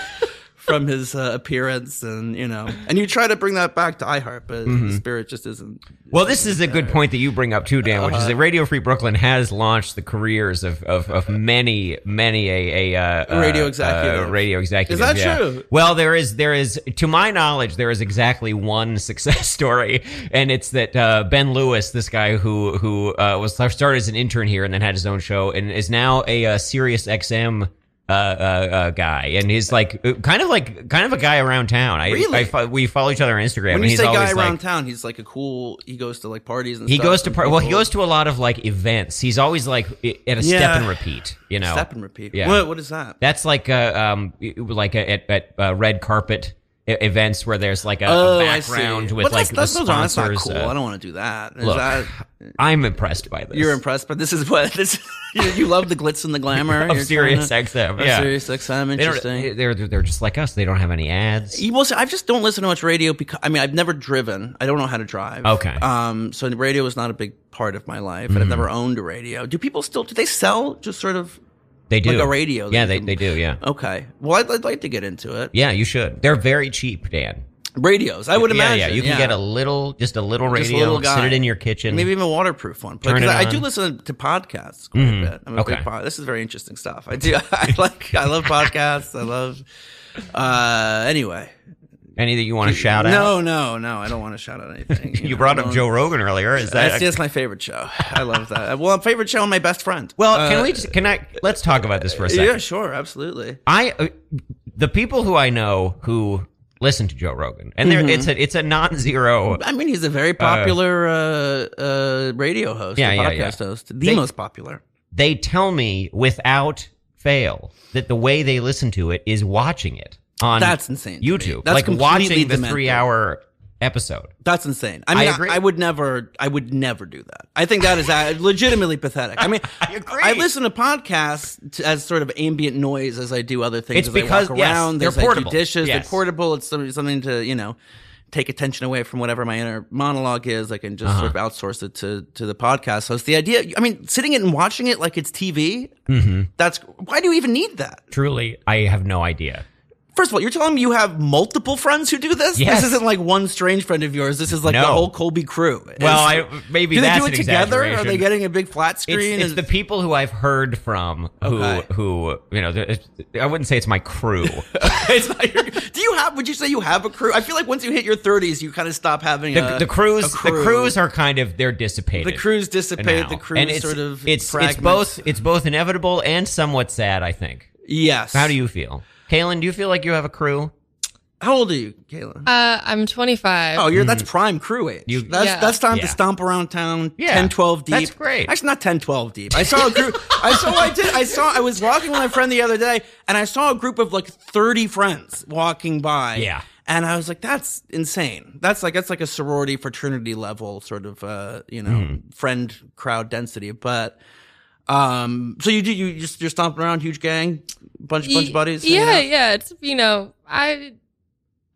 [SPEAKER 2] from his uh, appearance and you know and you try to bring that back to iHeart but
[SPEAKER 1] Mm-hmm.
[SPEAKER 2] the spirit just isn't
[SPEAKER 1] Well, this is a
[SPEAKER 2] Uh,
[SPEAKER 1] good point that you bring up too, Dan, which is that
[SPEAKER 2] uh-huh.
[SPEAKER 1] Radio Free Brooklyn has launched the careers of of, of many many a, a uh, uh,
[SPEAKER 2] Radio
[SPEAKER 1] uh,
[SPEAKER 2] executive.
[SPEAKER 1] radio executive.
[SPEAKER 2] Is that
[SPEAKER 1] yeah.
[SPEAKER 2] true?
[SPEAKER 1] Well, there is there is to my knowledge there is exactly one success story, and it's that uh, Ben Lewis, this guy who who uh, was started as an intern here and then had his own show and is now a, uh Sirius XM. Uh, uh, uh, guy, and he's like uh, kind of like kind of a guy around town. I,
[SPEAKER 2] Really?
[SPEAKER 1] I fo- we follow each other on Instagram. and
[SPEAKER 2] When you
[SPEAKER 1] he's
[SPEAKER 2] say
[SPEAKER 1] always
[SPEAKER 2] guy
[SPEAKER 1] like,
[SPEAKER 2] around town, he's like a cool. He goes to like parties and
[SPEAKER 1] He
[SPEAKER 2] stuff
[SPEAKER 1] goes to
[SPEAKER 2] and
[SPEAKER 1] par- well. He
[SPEAKER 2] people-
[SPEAKER 1] goes to a lot of like events. He's always like i- at a step
[SPEAKER 2] Yeah.
[SPEAKER 1] and repeat. You know,
[SPEAKER 2] step and repeat.
[SPEAKER 1] Yeah.
[SPEAKER 2] What, what is that?
[SPEAKER 1] that's like uh, um i- like a, at at uh, red carpet e- events where there's like a, a
[SPEAKER 2] oh, I see.
[SPEAKER 1] background with
[SPEAKER 2] Well,
[SPEAKER 1] like
[SPEAKER 2] that's, that's,
[SPEAKER 1] the
[SPEAKER 2] those aren't- that's
[SPEAKER 1] sponsors.
[SPEAKER 2] not cool.
[SPEAKER 1] uh,
[SPEAKER 2] I don't want to do that. Is
[SPEAKER 1] look,
[SPEAKER 2] that
[SPEAKER 1] I'm impressed by this.
[SPEAKER 2] you're impressed, but this is what this. you, you love the glitz and the glamour
[SPEAKER 1] of
[SPEAKER 2] You're
[SPEAKER 1] Sirius
[SPEAKER 2] trying
[SPEAKER 1] XM.
[SPEAKER 2] to-
[SPEAKER 1] Yeah,
[SPEAKER 2] Of Sirius XM.
[SPEAKER 1] they
[SPEAKER 2] Interesting. E,
[SPEAKER 1] don't, they're they're just like us. They don't have any ads.
[SPEAKER 2] You- Well, see, I just don't listen to much radio because I mean I've never driven. I don't know how to drive.
[SPEAKER 1] Okay. Mm-hmm.
[SPEAKER 2] Um. So radio is not a big part of my life, and I've never owned a radio. Do people still? Do they sell just sort of?
[SPEAKER 1] They do
[SPEAKER 2] Like a radio that
[SPEAKER 1] Yeah,
[SPEAKER 2] you
[SPEAKER 1] they
[SPEAKER 2] can-
[SPEAKER 1] they do. Yeah,
[SPEAKER 2] Okay. Well, I'd, I'd like to get into it.
[SPEAKER 1] yeah. You should. They're very cheap, Dan.
[SPEAKER 2] Radios. I would
[SPEAKER 1] yeah,
[SPEAKER 2] imagine.
[SPEAKER 1] yeah. You can get a little, just a little
[SPEAKER 2] Just a
[SPEAKER 1] radio.
[SPEAKER 2] little guy.
[SPEAKER 1] sit it in your kitchen.
[SPEAKER 2] Maybe even a waterproof one.
[SPEAKER 1] Turn
[SPEAKER 2] Because
[SPEAKER 1] it
[SPEAKER 2] I, I do
[SPEAKER 1] on. Mm-hmm.
[SPEAKER 2] listen to podcasts quite a bit. I'm a
[SPEAKER 1] Okay.
[SPEAKER 2] big pod. This is very interesting stuff. I do. I like. I love podcasts. I love. Uh, anyway,
[SPEAKER 1] any that you want to shout out.
[SPEAKER 2] no, no, no. I don't want to shout out anything.
[SPEAKER 1] You
[SPEAKER 2] know,
[SPEAKER 1] brought up
[SPEAKER 2] don't-
[SPEAKER 1] Joe Rogan earlier. Is
[SPEAKER 2] That's
[SPEAKER 1] that
[SPEAKER 2] just my favorite show. I love that. Uh, Well, favorite show and my best friend.
[SPEAKER 1] well?
[SPEAKER 2] Uh,
[SPEAKER 1] can we? Just, can I? Let's talk about this for a second.
[SPEAKER 2] Yeah, sure, absolutely.
[SPEAKER 1] I, uh, the people who I know who listen to Joe Rogan, and they're it's
[SPEAKER 2] Mm-hmm.
[SPEAKER 1] a it's a non-zero.
[SPEAKER 2] I mean, he's a very popular uh, uh, radio host,
[SPEAKER 1] Yeah,
[SPEAKER 2] a
[SPEAKER 1] yeah,
[SPEAKER 2] podcast
[SPEAKER 1] yeah.
[SPEAKER 2] host, the
[SPEAKER 1] They-
[SPEAKER 2] most popular.
[SPEAKER 1] They tell me without fail that the way they listen to it is watching it on
[SPEAKER 2] That's insane. to me.
[SPEAKER 1] YouTube,
[SPEAKER 2] That's
[SPEAKER 1] like
[SPEAKER 2] completely
[SPEAKER 1] watching the
[SPEAKER 2] demented.
[SPEAKER 1] three-hour episode.
[SPEAKER 2] That's insane. I mean, I,
[SPEAKER 1] agree.
[SPEAKER 2] I would never, I would never do that. I think that is uh, legitimately pathetic. I mean,
[SPEAKER 1] I agree.
[SPEAKER 2] I listen to podcasts to, as sort of ambient noise as I do other things.
[SPEAKER 1] It's
[SPEAKER 2] as
[SPEAKER 1] because-
[SPEAKER 2] I walk
[SPEAKER 1] yes,
[SPEAKER 2] around,
[SPEAKER 1] they're
[SPEAKER 2] as I do
[SPEAKER 1] portable.
[SPEAKER 2] dishes,
[SPEAKER 1] Yes.
[SPEAKER 2] they're portable. It's some- something to you know take attention away from whatever my inner monologue is. I can just
[SPEAKER 1] Uh-huh.
[SPEAKER 2] sort of outsource it to to the podcast host. The idea, I mean, sitting it and watching it like it's TV.
[SPEAKER 1] Mm-hmm.
[SPEAKER 2] That's why do you even need that?
[SPEAKER 1] Truly, I have no idea.
[SPEAKER 2] First of all, you're telling me you have multiple friends who do this.
[SPEAKER 1] Yes.
[SPEAKER 2] This isn't like one strange friend of yours. This is like
[SPEAKER 1] No.
[SPEAKER 2] the whole Colby crew.
[SPEAKER 1] Well,
[SPEAKER 2] It's-
[SPEAKER 1] I maybe
[SPEAKER 2] do they
[SPEAKER 1] that's
[SPEAKER 2] do
[SPEAKER 1] an
[SPEAKER 2] it together? Are
[SPEAKER 1] exaggeration.
[SPEAKER 2] they getting a big flat
[SPEAKER 1] It's,
[SPEAKER 2] screen?
[SPEAKER 1] it's the people who I've heard from who
[SPEAKER 2] Okay.
[SPEAKER 1] who you know. there- I wouldn't say it's my crew.
[SPEAKER 2] It's not your- do you have? Would you say you have a crew? I feel like once you hit your thirties, you kind of stop having
[SPEAKER 1] the,
[SPEAKER 2] a,
[SPEAKER 1] the crews
[SPEAKER 2] a crew.
[SPEAKER 1] the crews are kind of they're dissipated
[SPEAKER 2] the crews dissipate.
[SPEAKER 1] now.
[SPEAKER 2] The crews
[SPEAKER 1] And it's,
[SPEAKER 2] sort of
[SPEAKER 1] it's it's
[SPEAKER 2] fragments.
[SPEAKER 1] both it's both inevitable and somewhat sad i think
[SPEAKER 2] Yes.
[SPEAKER 1] how do you feel Kaylin, do you feel like you have a crew
[SPEAKER 2] How old are you, Kayla?
[SPEAKER 3] Uh I'm 25.
[SPEAKER 2] Oh, you're that's prime crew age.
[SPEAKER 1] Mm. You-
[SPEAKER 2] that's
[SPEAKER 3] Yeah.
[SPEAKER 2] that's time
[SPEAKER 1] Yeah.
[SPEAKER 2] to stomp around town.
[SPEAKER 1] Yeah.
[SPEAKER 2] 10, 12 deep.
[SPEAKER 1] That's great.
[SPEAKER 2] Actually, not 10, 12 deep. I saw a group. I saw. I did. I saw. I was walking with my friend the other day, and I saw a group of like thirty friends walking by.
[SPEAKER 1] Yeah.
[SPEAKER 2] And I was like, that's insane. That's like that's like a sorority fraternity level sort of uh, you know,
[SPEAKER 1] Hmm.
[SPEAKER 2] friend crowd density. But um so you do you just you're stomping around, huge gang, bunch bunch
[SPEAKER 3] Ye-
[SPEAKER 2] of buddies. hanging
[SPEAKER 3] Yeah,
[SPEAKER 2] out?
[SPEAKER 3] yeah. It's you know, I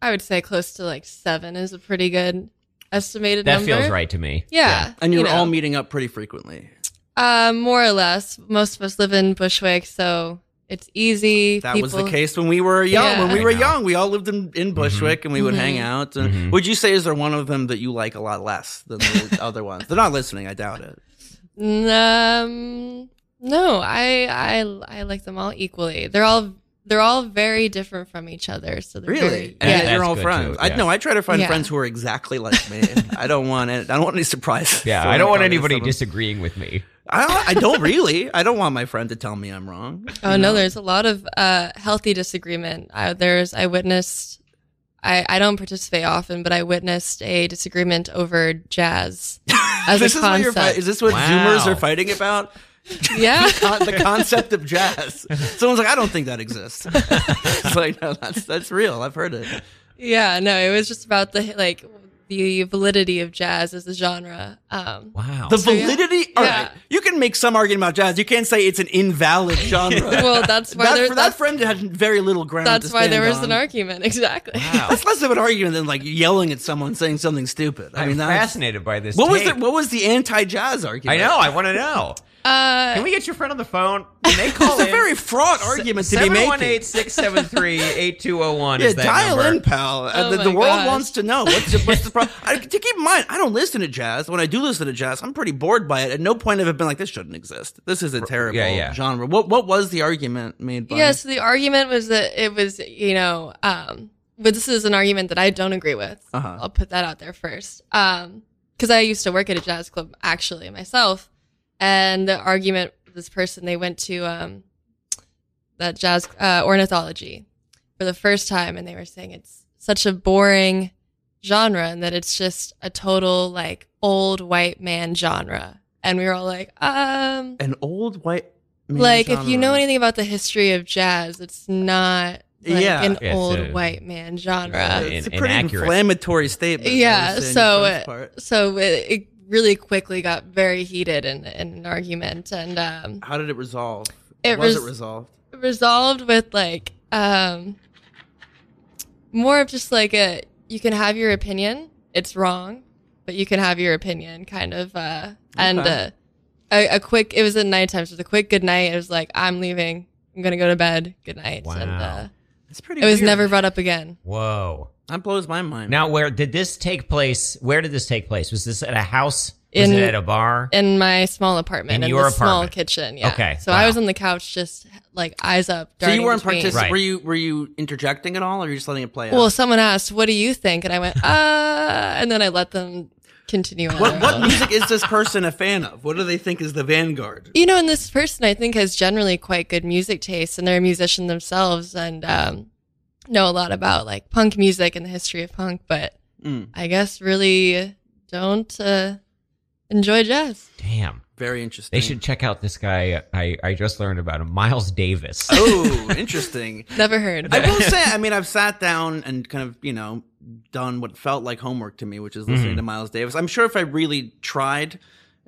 [SPEAKER 3] I would say close to like seven is a pretty good estimated
[SPEAKER 1] That
[SPEAKER 3] number.
[SPEAKER 1] feels right to me.
[SPEAKER 3] Yeah.
[SPEAKER 2] And you're
[SPEAKER 3] you know.
[SPEAKER 2] all meeting up pretty frequently.
[SPEAKER 3] Uh, more or less. Most of us live in Bushwick, so it's easy.
[SPEAKER 2] That was the
[SPEAKER 3] People-
[SPEAKER 2] case when we were young.
[SPEAKER 3] Yeah.
[SPEAKER 2] When we
[SPEAKER 1] I
[SPEAKER 2] were
[SPEAKER 1] know.
[SPEAKER 2] young, we all lived in, in Bushwick
[SPEAKER 1] Mm-hmm.
[SPEAKER 2] and we would
[SPEAKER 3] Mhm.
[SPEAKER 2] hang out. And
[SPEAKER 1] Mhm.
[SPEAKER 2] Would you say is there one of them that you like a lot less than the other ones? They're not listening, I doubt it.
[SPEAKER 3] Um, no, I I I like them all equally. They're all they're all very different from each other. So they're
[SPEAKER 2] Really?
[SPEAKER 3] very-
[SPEAKER 2] And
[SPEAKER 1] Yeah.
[SPEAKER 2] yet you're
[SPEAKER 1] That's
[SPEAKER 2] all
[SPEAKER 1] good, too.
[SPEAKER 2] friends. I
[SPEAKER 1] Yeah.
[SPEAKER 2] know. I try to find
[SPEAKER 3] Yeah.
[SPEAKER 2] friends who are exactly like me. I don't want it. I don't want any surprises.
[SPEAKER 1] Yeah,
[SPEAKER 2] So
[SPEAKER 1] I
[SPEAKER 2] I'm
[SPEAKER 1] don't want
[SPEAKER 2] talking to
[SPEAKER 1] anybody
[SPEAKER 2] someone-
[SPEAKER 1] disagreeing with me.
[SPEAKER 2] I don't, I don't really. I don't want my friend to tell me I'm wrong.
[SPEAKER 3] Oh no, there's a lot of uh, healthy disagreement. I, there's I witnessed. I, I don't participate often, but I witnessed a disagreement over jazz as
[SPEAKER 2] this
[SPEAKER 3] a
[SPEAKER 2] is what you're
[SPEAKER 3] concept.
[SPEAKER 2] fi- is this what
[SPEAKER 1] Wow.
[SPEAKER 2] Zoomers are fighting about?
[SPEAKER 3] yeah,
[SPEAKER 2] Con- the concept of jazz. Someone's like, I don't think that exists. it's like, no, that's that's real. I've heard it.
[SPEAKER 3] yeah. No, it was just about the like the validity of jazz as a genre. Um,
[SPEAKER 1] Wow.
[SPEAKER 2] The
[SPEAKER 3] yeah.
[SPEAKER 2] validity. All right,
[SPEAKER 3] Yeah.
[SPEAKER 2] you can make some argument about jazz. You can't say it's an invalid genre.
[SPEAKER 3] well, that's why
[SPEAKER 2] that,
[SPEAKER 3] there,
[SPEAKER 2] that
[SPEAKER 3] that's,
[SPEAKER 2] friend had very little ground.
[SPEAKER 3] that's
[SPEAKER 2] to
[SPEAKER 3] why there
[SPEAKER 2] stand
[SPEAKER 3] was
[SPEAKER 2] on.
[SPEAKER 3] an argument. Exactly.
[SPEAKER 1] wow.
[SPEAKER 2] That's less of an argument than like yelling at someone saying something stupid. I
[SPEAKER 1] I'm
[SPEAKER 2] mean, that's
[SPEAKER 1] fascinated by this.
[SPEAKER 2] what was the
[SPEAKER 1] tape.
[SPEAKER 2] what was the anti jazz
[SPEAKER 1] I
[SPEAKER 2] argument?
[SPEAKER 1] know. I want to know.
[SPEAKER 3] Uh,
[SPEAKER 1] Can we get your friend on the phone? Can they call
[SPEAKER 2] It's a
[SPEAKER 1] in?
[SPEAKER 2] very fraught argument to be making.
[SPEAKER 1] 718-673-8201
[SPEAKER 2] Yeah,
[SPEAKER 1] is that
[SPEAKER 2] dial
[SPEAKER 1] number.
[SPEAKER 2] in, pal. Uh,
[SPEAKER 3] Oh
[SPEAKER 2] the, the
[SPEAKER 3] my
[SPEAKER 2] world
[SPEAKER 3] gosh.
[SPEAKER 2] wants to know what's the, what's the problem. I, to keep in mind, I don't listen to jazz. When I do listen to jazz, I'm pretty bored by it. At no point have I been like, "This shouldn't exist. This is a terrible
[SPEAKER 1] yeah.
[SPEAKER 2] genre." What what was the argument made by?
[SPEAKER 3] Yes, the argument was that it was, you know, um, but this is an argument that I don't agree with.
[SPEAKER 2] Uh-huh.
[SPEAKER 3] I'll put that out there first. Because I used to work at a jazz club actually myself. And the argument, this person, they went to um, that jazz uh, ornithology for the first time and they were saying it's such a boring genre and that it's just a total like old white man genre. And we were all like, um,
[SPEAKER 2] an old white man
[SPEAKER 3] like if you know
[SPEAKER 2] genre.
[SPEAKER 3] anything about the history of jazz it's not like
[SPEAKER 2] Yeah.
[SPEAKER 3] an
[SPEAKER 1] It's
[SPEAKER 3] old
[SPEAKER 1] a-
[SPEAKER 3] white man
[SPEAKER 1] Uh,
[SPEAKER 3] genre
[SPEAKER 1] Yeah.
[SPEAKER 2] it's a
[SPEAKER 1] in-
[SPEAKER 2] pretty
[SPEAKER 1] inaccurate.
[SPEAKER 2] inflammatory statement. I
[SPEAKER 3] Yeah,
[SPEAKER 2] would say in
[SPEAKER 3] so
[SPEAKER 2] the first
[SPEAKER 3] it-
[SPEAKER 2] part.
[SPEAKER 3] so it, it really quickly got very heated in, in an argument and um,
[SPEAKER 2] how did it resolve?
[SPEAKER 3] It
[SPEAKER 2] was it
[SPEAKER 3] res-
[SPEAKER 2] resolved?
[SPEAKER 3] resolved with like um, more of just like a you can have your opinion it's wrong but you can have your opinion kind of uh, and
[SPEAKER 2] Okay.
[SPEAKER 3] uh, a, a quick it was at nighttime so the quick good night it was like i'm leaving i'm gonna go to bed good night and
[SPEAKER 1] Wow.
[SPEAKER 3] uh,
[SPEAKER 2] It's pretty.
[SPEAKER 3] it was
[SPEAKER 2] weird.
[SPEAKER 3] never brought up again
[SPEAKER 1] Whoa.
[SPEAKER 2] That blows my mind.
[SPEAKER 1] Now, where did this take place? Where did this take place? Was this at a house? Was
[SPEAKER 3] In-
[SPEAKER 1] it at a bar?
[SPEAKER 3] in my small apartment
[SPEAKER 1] In
[SPEAKER 3] in,
[SPEAKER 1] your
[SPEAKER 3] the small
[SPEAKER 1] apartment.
[SPEAKER 3] kitchen. Yeah.
[SPEAKER 1] Okay,
[SPEAKER 3] So
[SPEAKER 1] wow.
[SPEAKER 3] I was on the couch, just like eyes up.
[SPEAKER 2] so you
[SPEAKER 3] darting
[SPEAKER 2] weren't
[SPEAKER 3] between.
[SPEAKER 2] participating.
[SPEAKER 1] Right.
[SPEAKER 2] Were you were you interjecting at all, or you just letting it play out?
[SPEAKER 3] Well, someone asked, "What do you think?" and I went, "Uh," and then I let them continue on.
[SPEAKER 2] what
[SPEAKER 3] their
[SPEAKER 2] what
[SPEAKER 3] own.
[SPEAKER 2] music is this person a fan of? What do they think is the vanguard?
[SPEAKER 3] You know, and this person I think has generally quite good music taste, and they're a musician themselves, and um, know a lot about like punk music and the history of punk. But
[SPEAKER 2] Mm,
[SPEAKER 3] I guess really don't uh, enjoy jazz.
[SPEAKER 1] Damn.
[SPEAKER 2] very interesting.
[SPEAKER 1] They should check out this guy. I, I just learned about him, Miles Davis.
[SPEAKER 2] Oh, interesting.
[SPEAKER 3] Never heard.
[SPEAKER 2] I will say, I mean, I've sat down and kind of, you know, done what felt like homework to me, which is listening
[SPEAKER 1] Mhm.
[SPEAKER 2] to Miles Davis. I'm sure if I really tried,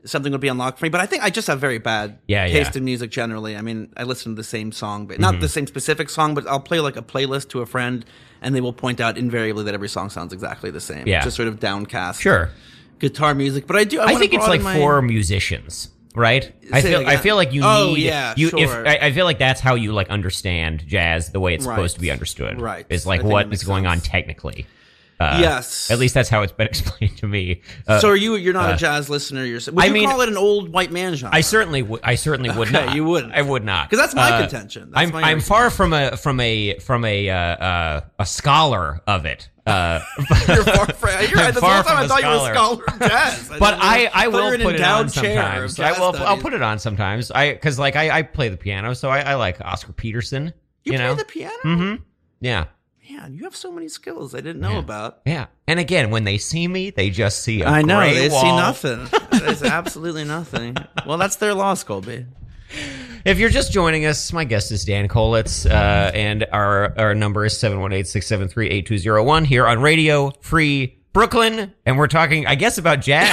[SPEAKER 2] something would be unlocked for me. But I think I just have very bad
[SPEAKER 1] Yeah, Mm-hmm.
[SPEAKER 2] taste
[SPEAKER 1] yeah.
[SPEAKER 2] in music generally. I mean, I listen to the same song, but not the same specific song. But I'll play like a playlist to a friend, and they will point out invariably that every song sounds exactly the same.
[SPEAKER 1] Yeah.
[SPEAKER 2] just sort of downcast.
[SPEAKER 1] Sure.
[SPEAKER 2] guitar music. But I do. I,
[SPEAKER 1] I
[SPEAKER 2] wanna
[SPEAKER 1] think it's like
[SPEAKER 2] broaden my-
[SPEAKER 1] for musicians, right? I
[SPEAKER 2] Say it
[SPEAKER 1] feel I
[SPEAKER 2] again.
[SPEAKER 1] feel like you
[SPEAKER 2] Oh,
[SPEAKER 1] need
[SPEAKER 2] yeah,
[SPEAKER 1] you if
[SPEAKER 2] sure.
[SPEAKER 1] I, I feel like that's how you like understand jazz the way it's
[SPEAKER 2] Right.
[SPEAKER 1] supposed to be understood.
[SPEAKER 2] Right.
[SPEAKER 1] Is
[SPEAKER 2] I
[SPEAKER 1] like
[SPEAKER 2] think
[SPEAKER 1] what
[SPEAKER 2] that
[SPEAKER 1] is
[SPEAKER 2] makes
[SPEAKER 1] going on
[SPEAKER 2] sense.
[SPEAKER 1] technically. Uh,
[SPEAKER 2] Yes.
[SPEAKER 1] At least that's how it's been explained to me. Uh,
[SPEAKER 2] so are you? You're not a jazz listener yourself. Would
[SPEAKER 1] I
[SPEAKER 2] you
[SPEAKER 1] mean-
[SPEAKER 2] call it an old white man genre?
[SPEAKER 1] I certainly would. I certainly would
[SPEAKER 2] Okay,
[SPEAKER 1] not.
[SPEAKER 2] you wouldn't.
[SPEAKER 1] I would not.
[SPEAKER 2] 'Cause that's my contention. That's
[SPEAKER 1] uh, I'm
[SPEAKER 2] my
[SPEAKER 1] I'm far from a from a from a uh, uh, a scholar of it. Uh,
[SPEAKER 2] You're far from. You're right. This
[SPEAKER 1] Far
[SPEAKER 2] whole time
[SPEAKER 1] from
[SPEAKER 2] I
[SPEAKER 1] a
[SPEAKER 2] thought you were a
[SPEAKER 1] scholar.
[SPEAKER 2] scholar of jazz. I
[SPEAKER 1] but
[SPEAKER 2] didn't
[SPEAKER 1] I,
[SPEAKER 2] know-
[SPEAKER 1] I
[SPEAKER 2] thought you
[SPEAKER 1] will
[SPEAKER 2] were an
[SPEAKER 1] put it
[SPEAKER 2] endowed
[SPEAKER 1] on
[SPEAKER 2] chair of
[SPEAKER 1] sometimes. I
[SPEAKER 2] jazz
[SPEAKER 1] will I'll
[SPEAKER 2] studies.
[SPEAKER 1] put it on sometimes. I because like I, I play the piano, so I, I like Oscar Peterson.
[SPEAKER 2] You,
[SPEAKER 1] You,
[SPEAKER 2] play
[SPEAKER 1] know,
[SPEAKER 2] the piano?
[SPEAKER 1] mm-hmm. yeah,
[SPEAKER 2] Man, you have so many skills I didn't know
[SPEAKER 1] Yeah.
[SPEAKER 2] about.
[SPEAKER 1] yeah. And again, when they see me, they just see a
[SPEAKER 2] I know
[SPEAKER 1] gray
[SPEAKER 2] they
[SPEAKER 1] wall.
[SPEAKER 2] see nothing. There's absolutely nothing. Well, that's their loss, Colby.
[SPEAKER 1] If you're just joining us, my guest is Dan Kolitz, uh, and our, our number is 718-673-8201 here on Radio Free Brooklyn. And we're talking, I guess, about jazz,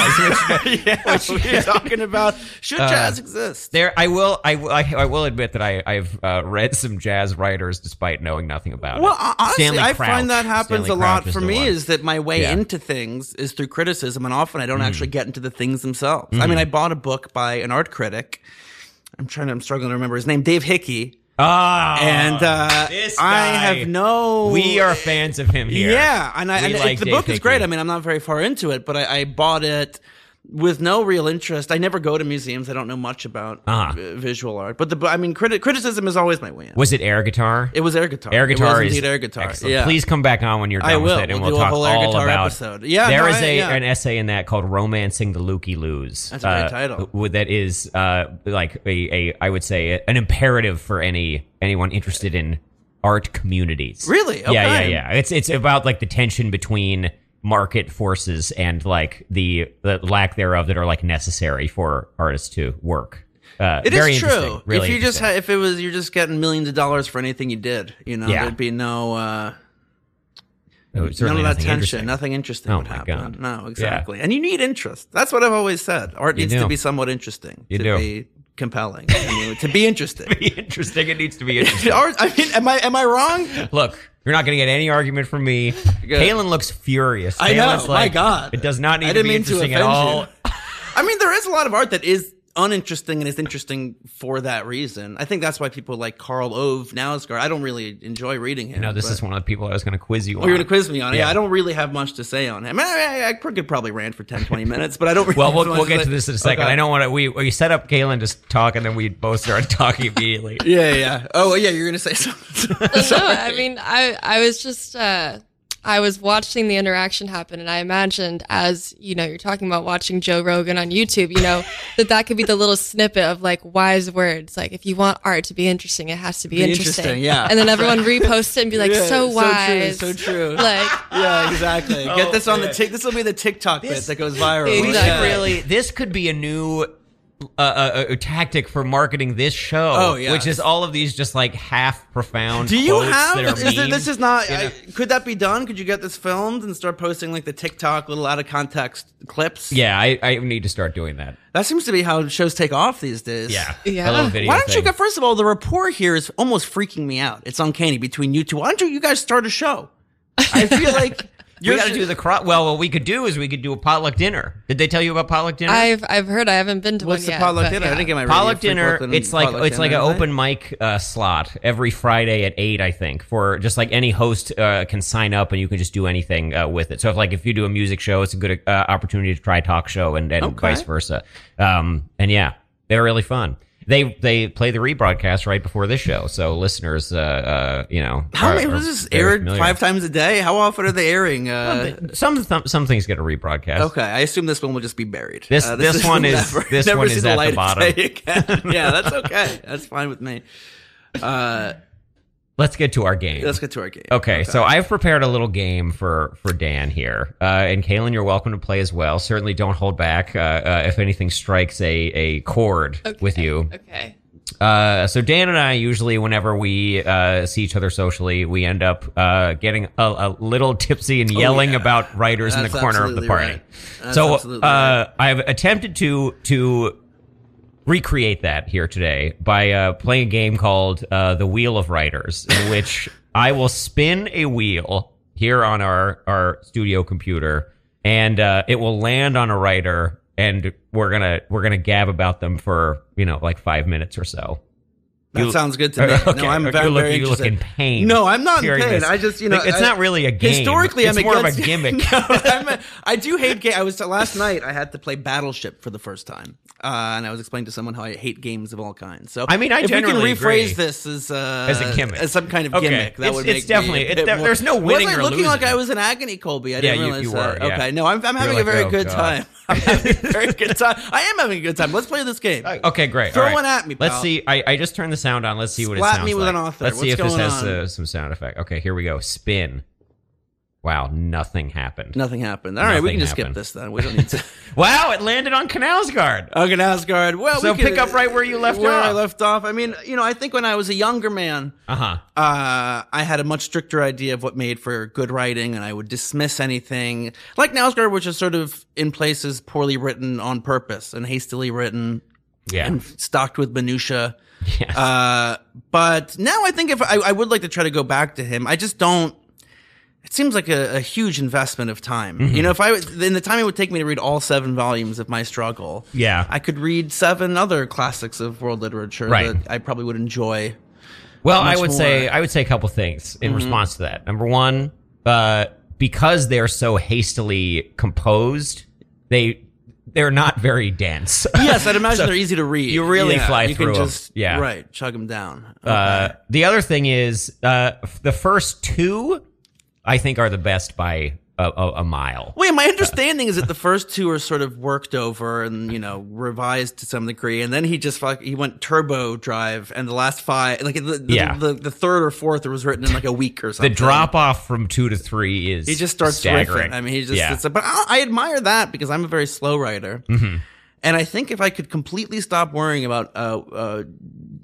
[SPEAKER 1] which
[SPEAKER 2] yeah, we're talking about should jazz exist?
[SPEAKER 1] There, I will. I will. I, I will admit that I, I've uh, read some jazz writers, despite knowing nothing about
[SPEAKER 2] Well,
[SPEAKER 1] it.
[SPEAKER 2] hon- honestly,
[SPEAKER 1] Stanley
[SPEAKER 2] I
[SPEAKER 1] Crouch.
[SPEAKER 2] find that happens
[SPEAKER 1] Stanley
[SPEAKER 2] a lot
[SPEAKER 1] Crouch is
[SPEAKER 2] for
[SPEAKER 1] the
[SPEAKER 2] me
[SPEAKER 1] one.
[SPEAKER 2] is that my way
[SPEAKER 1] Yeah.
[SPEAKER 2] into things is through criticism, and often I don't actually get into the things themselves. I mean, I bought a book by an art critic. I'm trying to, I'm struggling to remember his name, Dave Hickey.
[SPEAKER 1] ah,
[SPEAKER 2] And uh,
[SPEAKER 1] this
[SPEAKER 2] I
[SPEAKER 1] guy.
[SPEAKER 2] have no.
[SPEAKER 1] we are fans of him here.
[SPEAKER 2] Yeah, and, I,
[SPEAKER 1] We
[SPEAKER 2] and it-
[SPEAKER 1] like
[SPEAKER 2] the
[SPEAKER 1] Dave
[SPEAKER 2] book is great.
[SPEAKER 1] Hickey.
[SPEAKER 2] I mean, I'm not very far into it, but I, I bought it with no real interest. I never go to museums. I don't know much about
[SPEAKER 1] Uh-huh.
[SPEAKER 2] v- visual art, but the bu- I mean, criti- criticism is always my way in.
[SPEAKER 1] Was it air guitar?
[SPEAKER 2] It was air guitar.
[SPEAKER 1] air
[SPEAKER 2] it
[SPEAKER 1] guitar
[SPEAKER 2] was
[SPEAKER 1] is
[SPEAKER 2] indeed air guitar.
[SPEAKER 1] Excellent.
[SPEAKER 2] Yeah.
[SPEAKER 1] Please come back on when you're done
[SPEAKER 2] I will.
[SPEAKER 1] with it, and we'll,
[SPEAKER 2] We'll do a
[SPEAKER 1] talk
[SPEAKER 2] whole air
[SPEAKER 1] all
[SPEAKER 2] guitar
[SPEAKER 1] about.
[SPEAKER 2] episode. Yeah,
[SPEAKER 1] there
[SPEAKER 2] Oh, no,
[SPEAKER 1] is
[SPEAKER 2] I-
[SPEAKER 1] a
[SPEAKER 2] yeah.
[SPEAKER 1] an essay in that called "Romancing the Looky Loos."
[SPEAKER 2] That's a great
[SPEAKER 1] uh,
[SPEAKER 2] title.
[SPEAKER 1] w- That is uh, like a, a I would say a- an imperative for any anyone interested in art communities.
[SPEAKER 2] Really? Okay.
[SPEAKER 1] Yeah, yeah, yeah. It's it's about like the tension between market forces and like the, the lack thereof that are like necessary for artists to work. Uh,
[SPEAKER 2] It is
[SPEAKER 1] very
[SPEAKER 2] true.
[SPEAKER 1] interesting. Really
[SPEAKER 2] if you just
[SPEAKER 1] interesting.
[SPEAKER 2] ha- if it was you're just getting millions of dollars for anything you did, you know,
[SPEAKER 1] Yeah.
[SPEAKER 2] there'd be no uh,
[SPEAKER 1] Oh, It was certainly
[SPEAKER 2] none of
[SPEAKER 1] nothing
[SPEAKER 2] that tension.
[SPEAKER 1] interesting.
[SPEAKER 2] Nothing interesting
[SPEAKER 1] Oh
[SPEAKER 2] would
[SPEAKER 1] my
[SPEAKER 2] happen.
[SPEAKER 1] God.
[SPEAKER 2] No, exactly. And you need interest. That's what I've always said. Art
[SPEAKER 1] You
[SPEAKER 2] needs
[SPEAKER 1] do.
[SPEAKER 2] to be somewhat interesting
[SPEAKER 1] You
[SPEAKER 2] to
[SPEAKER 1] do.
[SPEAKER 2] be compelling. I mean, to be interesting.
[SPEAKER 1] be interesting. It needs to be interesting.
[SPEAKER 2] Art, I mean, am I am I wrong?
[SPEAKER 1] Look, you're not going to get any argument from me. Kalen looks furious.
[SPEAKER 2] I know,
[SPEAKER 1] Kalen's
[SPEAKER 2] my God.
[SPEAKER 1] It does not need to
[SPEAKER 2] I didn't
[SPEAKER 1] be
[SPEAKER 2] mean to
[SPEAKER 1] interesting at
[SPEAKER 2] offend
[SPEAKER 1] all.
[SPEAKER 2] you. I mean, there is a lot of art that is uninteresting and is interesting for that reason. I think that's why people like Carl Ove Nausgaard. I don't really enjoy reading him.
[SPEAKER 1] You know, this
[SPEAKER 2] but-
[SPEAKER 1] is one of the people I was going to quiz you
[SPEAKER 2] Oh,
[SPEAKER 1] on.
[SPEAKER 2] you're gonna quiz me on it.
[SPEAKER 1] Yeah.
[SPEAKER 2] Yeah. I don't really have much to say on him. I, I, I could probably rant for 10, 20 minutes, but I don't. Really
[SPEAKER 1] Well, we'll,
[SPEAKER 2] have much
[SPEAKER 1] we'll get
[SPEAKER 2] say.
[SPEAKER 1] to this in a second.
[SPEAKER 2] Okay.
[SPEAKER 1] I don't want to. We, we set up Kalen to s- talk, and then we both started talking immediately.
[SPEAKER 2] Yeah, yeah, yeah. Oh, yeah. You're gonna say something.
[SPEAKER 3] no, I mean, I I was just uh, I was watching the interaction happen, and I imagined as you know, you're talking about watching Joe Rogan on YouTube, you know, that that could be the little snippet of like wise words, like if you want art to be interesting, it has to be,
[SPEAKER 2] Be
[SPEAKER 3] interesting.
[SPEAKER 2] interesting, yeah.
[SPEAKER 3] And then everyone reposts it and be like,
[SPEAKER 2] Yeah,
[SPEAKER 3] so wise,
[SPEAKER 2] So true. So true.
[SPEAKER 3] like.
[SPEAKER 2] yeah, exactly.
[SPEAKER 1] Oh,
[SPEAKER 2] get this on
[SPEAKER 1] man.
[SPEAKER 2] the tick. This will be the TikTok
[SPEAKER 1] This-
[SPEAKER 2] bit that goes viral.
[SPEAKER 1] We
[SPEAKER 3] Exactly.
[SPEAKER 1] should really. This could be a new. uh, uh, uh, tactic for marketing this show,
[SPEAKER 2] Oh, yeah.
[SPEAKER 1] which is all of these just like half profound.
[SPEAKER 2] Do you
[SPEAKER 1] quotes
[SPEAKER 2] have?
[SPEAKER 1] that are
[SPEAKER 2] Is there,
[SPEAKER 1] memes.
[SPEAKER 2] this is not.
[SPEAKER 1] You know?
[SPEAKER 2] I, could that be done? Could you get this filmed and start posting like the TikTok little out of context clips?
[SPEAKER 1] yeah, I, I need to start doing that.
[SPEAKER 2] that seems to be how shows take off these days.
[SPEAKER 1] Yeah, A
[SPEAKER 3] Yeah.
[SPEAKER 1] little video
[SPEAKER 2] Why don't you
[SPEAKER 1] thing.
[SPEAKER 2] go? First of all, the rapport here is almost freaking me out. It's uncanny between you two. Why don't you, you guys start a show? I feel like
[SPEAKER 1] You
[SPEAKER 2] you're
[SPEAKER 1] got to do the cro- well. What we could do is we could do a potluck dinner. Did they tell you about potluck dinner?
[SPEAKER 3] I've I've heard I haven't been to
[SPEAKER 2] What's
[SPEAKER 3] one
[SPEAKER 2] the
[SPEAKER 3] yet.
[SPEAKER 2] potluck
[SPEAKER 3] but
[SPEAKER 2] dinner? I
[SPEAKER 3] yeah.
[SPEAKER 2] didn't get my radio
[SPEAKER 1] potluck
[SPEAKER 2] free
[SPEAKER 1] dinner.
[SPEAKER 2] Brooklyn
[SPEAKER 1] It's like
[SPEAKER 2] potluck
[SPEAKER 1] it's like an
[SPEAKER 2] dinner,
[SPEAKER 1] open
[SPEAKER 2] right?
[SPEAKER 1] mic uh, slot every Friday at eight. I think for just like any host uh, can sign up and you can just do anything uh, with it. So if like if you do a music show, it's a good uh, opportunity to try a talk show and, and
[SPEAKER 2] Okay.
[SPEAKER 1] vice versa. Um, and yeah, they're really fun. They they play the rebroadcast right before this show, so listeners, uh, uh, you know,
[SPEAKER 2] How
[SPEAKER 1] are-
[SPEAKER 2] many
[SPEAKER 1] are
[SPEAKER 2] was this
[SPEAKER 1] very
[SPEAKER 2] aired
[SPEAKER 1] familiar.
[SPEAKER 2] five times a day? How often are they airing? Uh,
[SPEAKER 1] Some some some things get a rebroadcast.
[SPEAKER 2] okay, I assume this one will just be buried.
[SPEAKER 1] This-
[SPEAKER 2] Uh,
[SPEAKER 1] this one is- this one
[SPEAKER 2] see
[SPEAKER 1] is at the
[SPEAKER 2] light of
[SPEAKER 1] bottom.
[SPEAKER 2] day again. yeah, that's okay. That's fine with me. Uh,
[SPEAKER 1] Let's get to our game.
[SPEAKER 2] let's get to our game.
[SPEAKER 1] Okay, so I've prepared a little game for for Dan here, uh, and Kaylin, you're welcome to play as well. Certainly, don't hold back. Uh, uh, if anything strikes a a chord with you,
[SPEAKER 3] Okay.
[SPEAKER 1] uh, so Dan and I usually, whenever we uh, see each other socially, we end up uh, getting a, a little tipsy and yelling
[SPEAKER 2] Oh, yeah.
[SPEAKER 1] about writers in the
[SPEAKER 2] That's
[SPEAKER 1] corner of the
[SPEAKER 2] absolutely
[SPEAKER 1] party.
[SPEAKER 2] right. That's
[SPEAKER 1] So uh,
[SPEAKER 2] absolutely right.
[SPEAKER 1] I've attempted to to recreate that here today by uh, playing a game called uh, the Wheel of Writers, in which I will spin a wheel here on our our studio computer, and uh, it will land on a writer. And we're gonna we're gonna gab about them for you know like five minutes or so.
[SPEAKER 2] That
[SPEAKER 1] You-
[SPEAKER 2] sounds good to me.
[SPEAKER 1] Okay,
[SPEAKER 2] no, I'm
[SPEAKER 1] you
[SPEAKER 2] very,
[SPEAKER 1] look-
[SPEAKER 2] very
[SPEAKER 1] you look
[SPEAKER 2] interested.
[SPEAKER 1] in pain.
[SPEAKER 2] No, I'm not in
[SPEAKER 1] Hearing
[SPEAKER 2] pain.
[SPEAKER 1] this.
[SPEAKER 2] I just, you know,
[SPEAKER 1] it's
[SPEAKER 2] I-
[SPEAKER 1] not really a game.
[SPEAKER 2] Historically,
[SPEAKER 1] it's
[SPEAKER 2] I'm
[SPEAKER 1] more
[SPEAKER 2] against
[SPEAKER 1] of a gimmick.
[SPEAKER 2] no, I'm a, I do hate games. I was last night. I had to play Battleship for the first time, uh, and I was explaining to someone how I hate games of all kinds. So
[SPEAKER 1] I mean, I
[SPEAKER 2] if we can
[SPEAKER 1] generally agree.
[SPEAKER 2] rephrase this as uh,
[SPEAKER 1] As a gimmick.
[SPEAKER 2] as some kind of
[SPEAKER 1] Okay.
[SPEAKER 2] gimmick, that
[SPEAKER 1] It's-
[SPEAKER 2] would
[SPEAKER 1] it's
[SPEAKER 2] make
[SPEAKER 1] definitely-
[SPEAKER 2] me a
[SPEAKER 1] it-
[SPEAKER 2] bit
[SPEAKER 1] there-
[SPEAKER 2] more-
[SPEAKER 1] there's no winning
[SPEAKER 2] was I
[SPEAKER 1] or
[SPEAKER 2] looking like
[SPEAKER 1] losing.
[SPEAKER 2] I was in agony, Colby. I
[SPEAKER 1] Yeah,
[SPEAKER 2] didn't
[SPEAKER 1] you-
[SPEAKER 2] realize
[SPEAKER 1] you
[SPEAKER 2] that.
[SPEAKER 1] were, yeah.
[SPEAKER 2] Okay, no, I'm, I'm having
[SPEAKER 1] like,
[SPEAKER 2] a very
[SPEAKER 1] oh,
[SPEAKER 2] good
[SPEAKER 1] God.
[SPEAKER 2] time. I'm having a very good time. I am having a good time. Let's play this game.
[SPEAKER 1] Okay, great.
[SPEAKER 2] Throw
[SPEAKER 1] All right.
[SPEAKER 2] one at me,
[SPEAKER 1] Let's
[SPEAKER 2] pal.
[SPEAKER 1] see. I, I just turned the sound on. Let's see what it
[SPEAKER 2] Splat
[SPEAKER 1] sounds
[SPEAKER 2] me with
[SPEAKER 1] like.
[SPEAKER 2] an author.
[SPEAKER 1] Let's see
[SPEAKER 2] What's
[SPEAKER 1] if this
[SPEAKER 2] going
[SPEAKER 1] has
[SPEAKER 2] on?
[SPEAKER 1] uh, some sound effect. Okay, here we go. Spin. Wow, nothing happened.
[SPEAKER 2] Nothing happened. All right, we
[SPEAKER 1] Nothing
[SPEAKER 2] can just skip
[SPEAKER 1] happened.
[SPEAKER 2] this then. We don't need to.
[SPEAKER 1] Wow, it landed on Canalsguard.
[SPEAKER 2] okay, now Asgard. Well,
[SPEAKER 1] So
[SPEAKER 2] we can-
[SPEAKER 1] pick up right where you left
[SPEAKER 2] where I
[SPEAKER 1] off.
[SPEAKER 2] left off. I mean, you know, I think when I was a younger man,
[SPEAKER 1] Uh huh.
[SPEAKER 2] uh, I had a much stricter idea of what made for good writing, and I would dismiss anything like Nausgard, which is sort of in places poorly written on purpose and hastily written
[SPEAKER 1] Yeah.
[SPEAKER 2] and stocked with minutia.
[SPEAKER 1] Yes.
[SPEAKER 2] Uh, but now I think if I, I would like to try to go back to him, I just don't. It seems like a, a huge investment of time.
[SPEAKER 1] Mm-hmm.
[SPEAKER 2] You know, if I was- in the time it would take me to read all seven volumes of my struggle,
[SPEAKER 1] yeah.
[SPEAKER 2] I could read seven other classics of world literature
[SPEAKER 1] Right.
[SPEAKER 2] that I probably would enjoy.
[SPEAKER 1] Well,
[SPEAKER 2] much
[SPEAKER 1] I would say
[SPEAKER 2] more. Mm-hmm.
[SPEAKER 1] I would say a couple things in response to that. Number one, uh, because they're so hastily composed, they they're not very dense.
[SPEAKER 2] Yes, I'd imagine they're easy to read.
[SPEAKER 1] you really fly
[SPEAKER 2] you
[SPEAKER 1] through
[SPEAKER 2] Can
[SPEAKER 1] 'em.
[SPEAKER 2] just,
[SPEAKER 1] Yeah.
[SPEAKER 2] right. Chug them down.
[SPEAKER 1] Uh, the other thing is uh, f- the first two, I think, are the best by a, a, a mile.
[SPEAKER 2] Wait, my understanding is that the first two are sort of worked over and you know revised to some degree, and then he just fuck, he went turbo drive, and the last five, like the the,
[SPEAKER 1] Yeah.
[SPEAKER 2] the, the third or fourth, was written in like a week or
[SPEAKER 1] The
[SPEAKER 2] something.
[SPEAKER 1] drop off from two to three is
[SPEAKER 2] He just starts
[SPEAKER 1] staggering.
[SPEAKER 2] riffing. I mean, he just.
[SPEAKER 1] yeah.
[SPEAKER 2] It's a, but I, I admire that because I'm a very slow writer,
[SPEAKER 1] Mm-hmm.
[SPEAKER 2] and I think if I could completely stop worrying about uh, uh,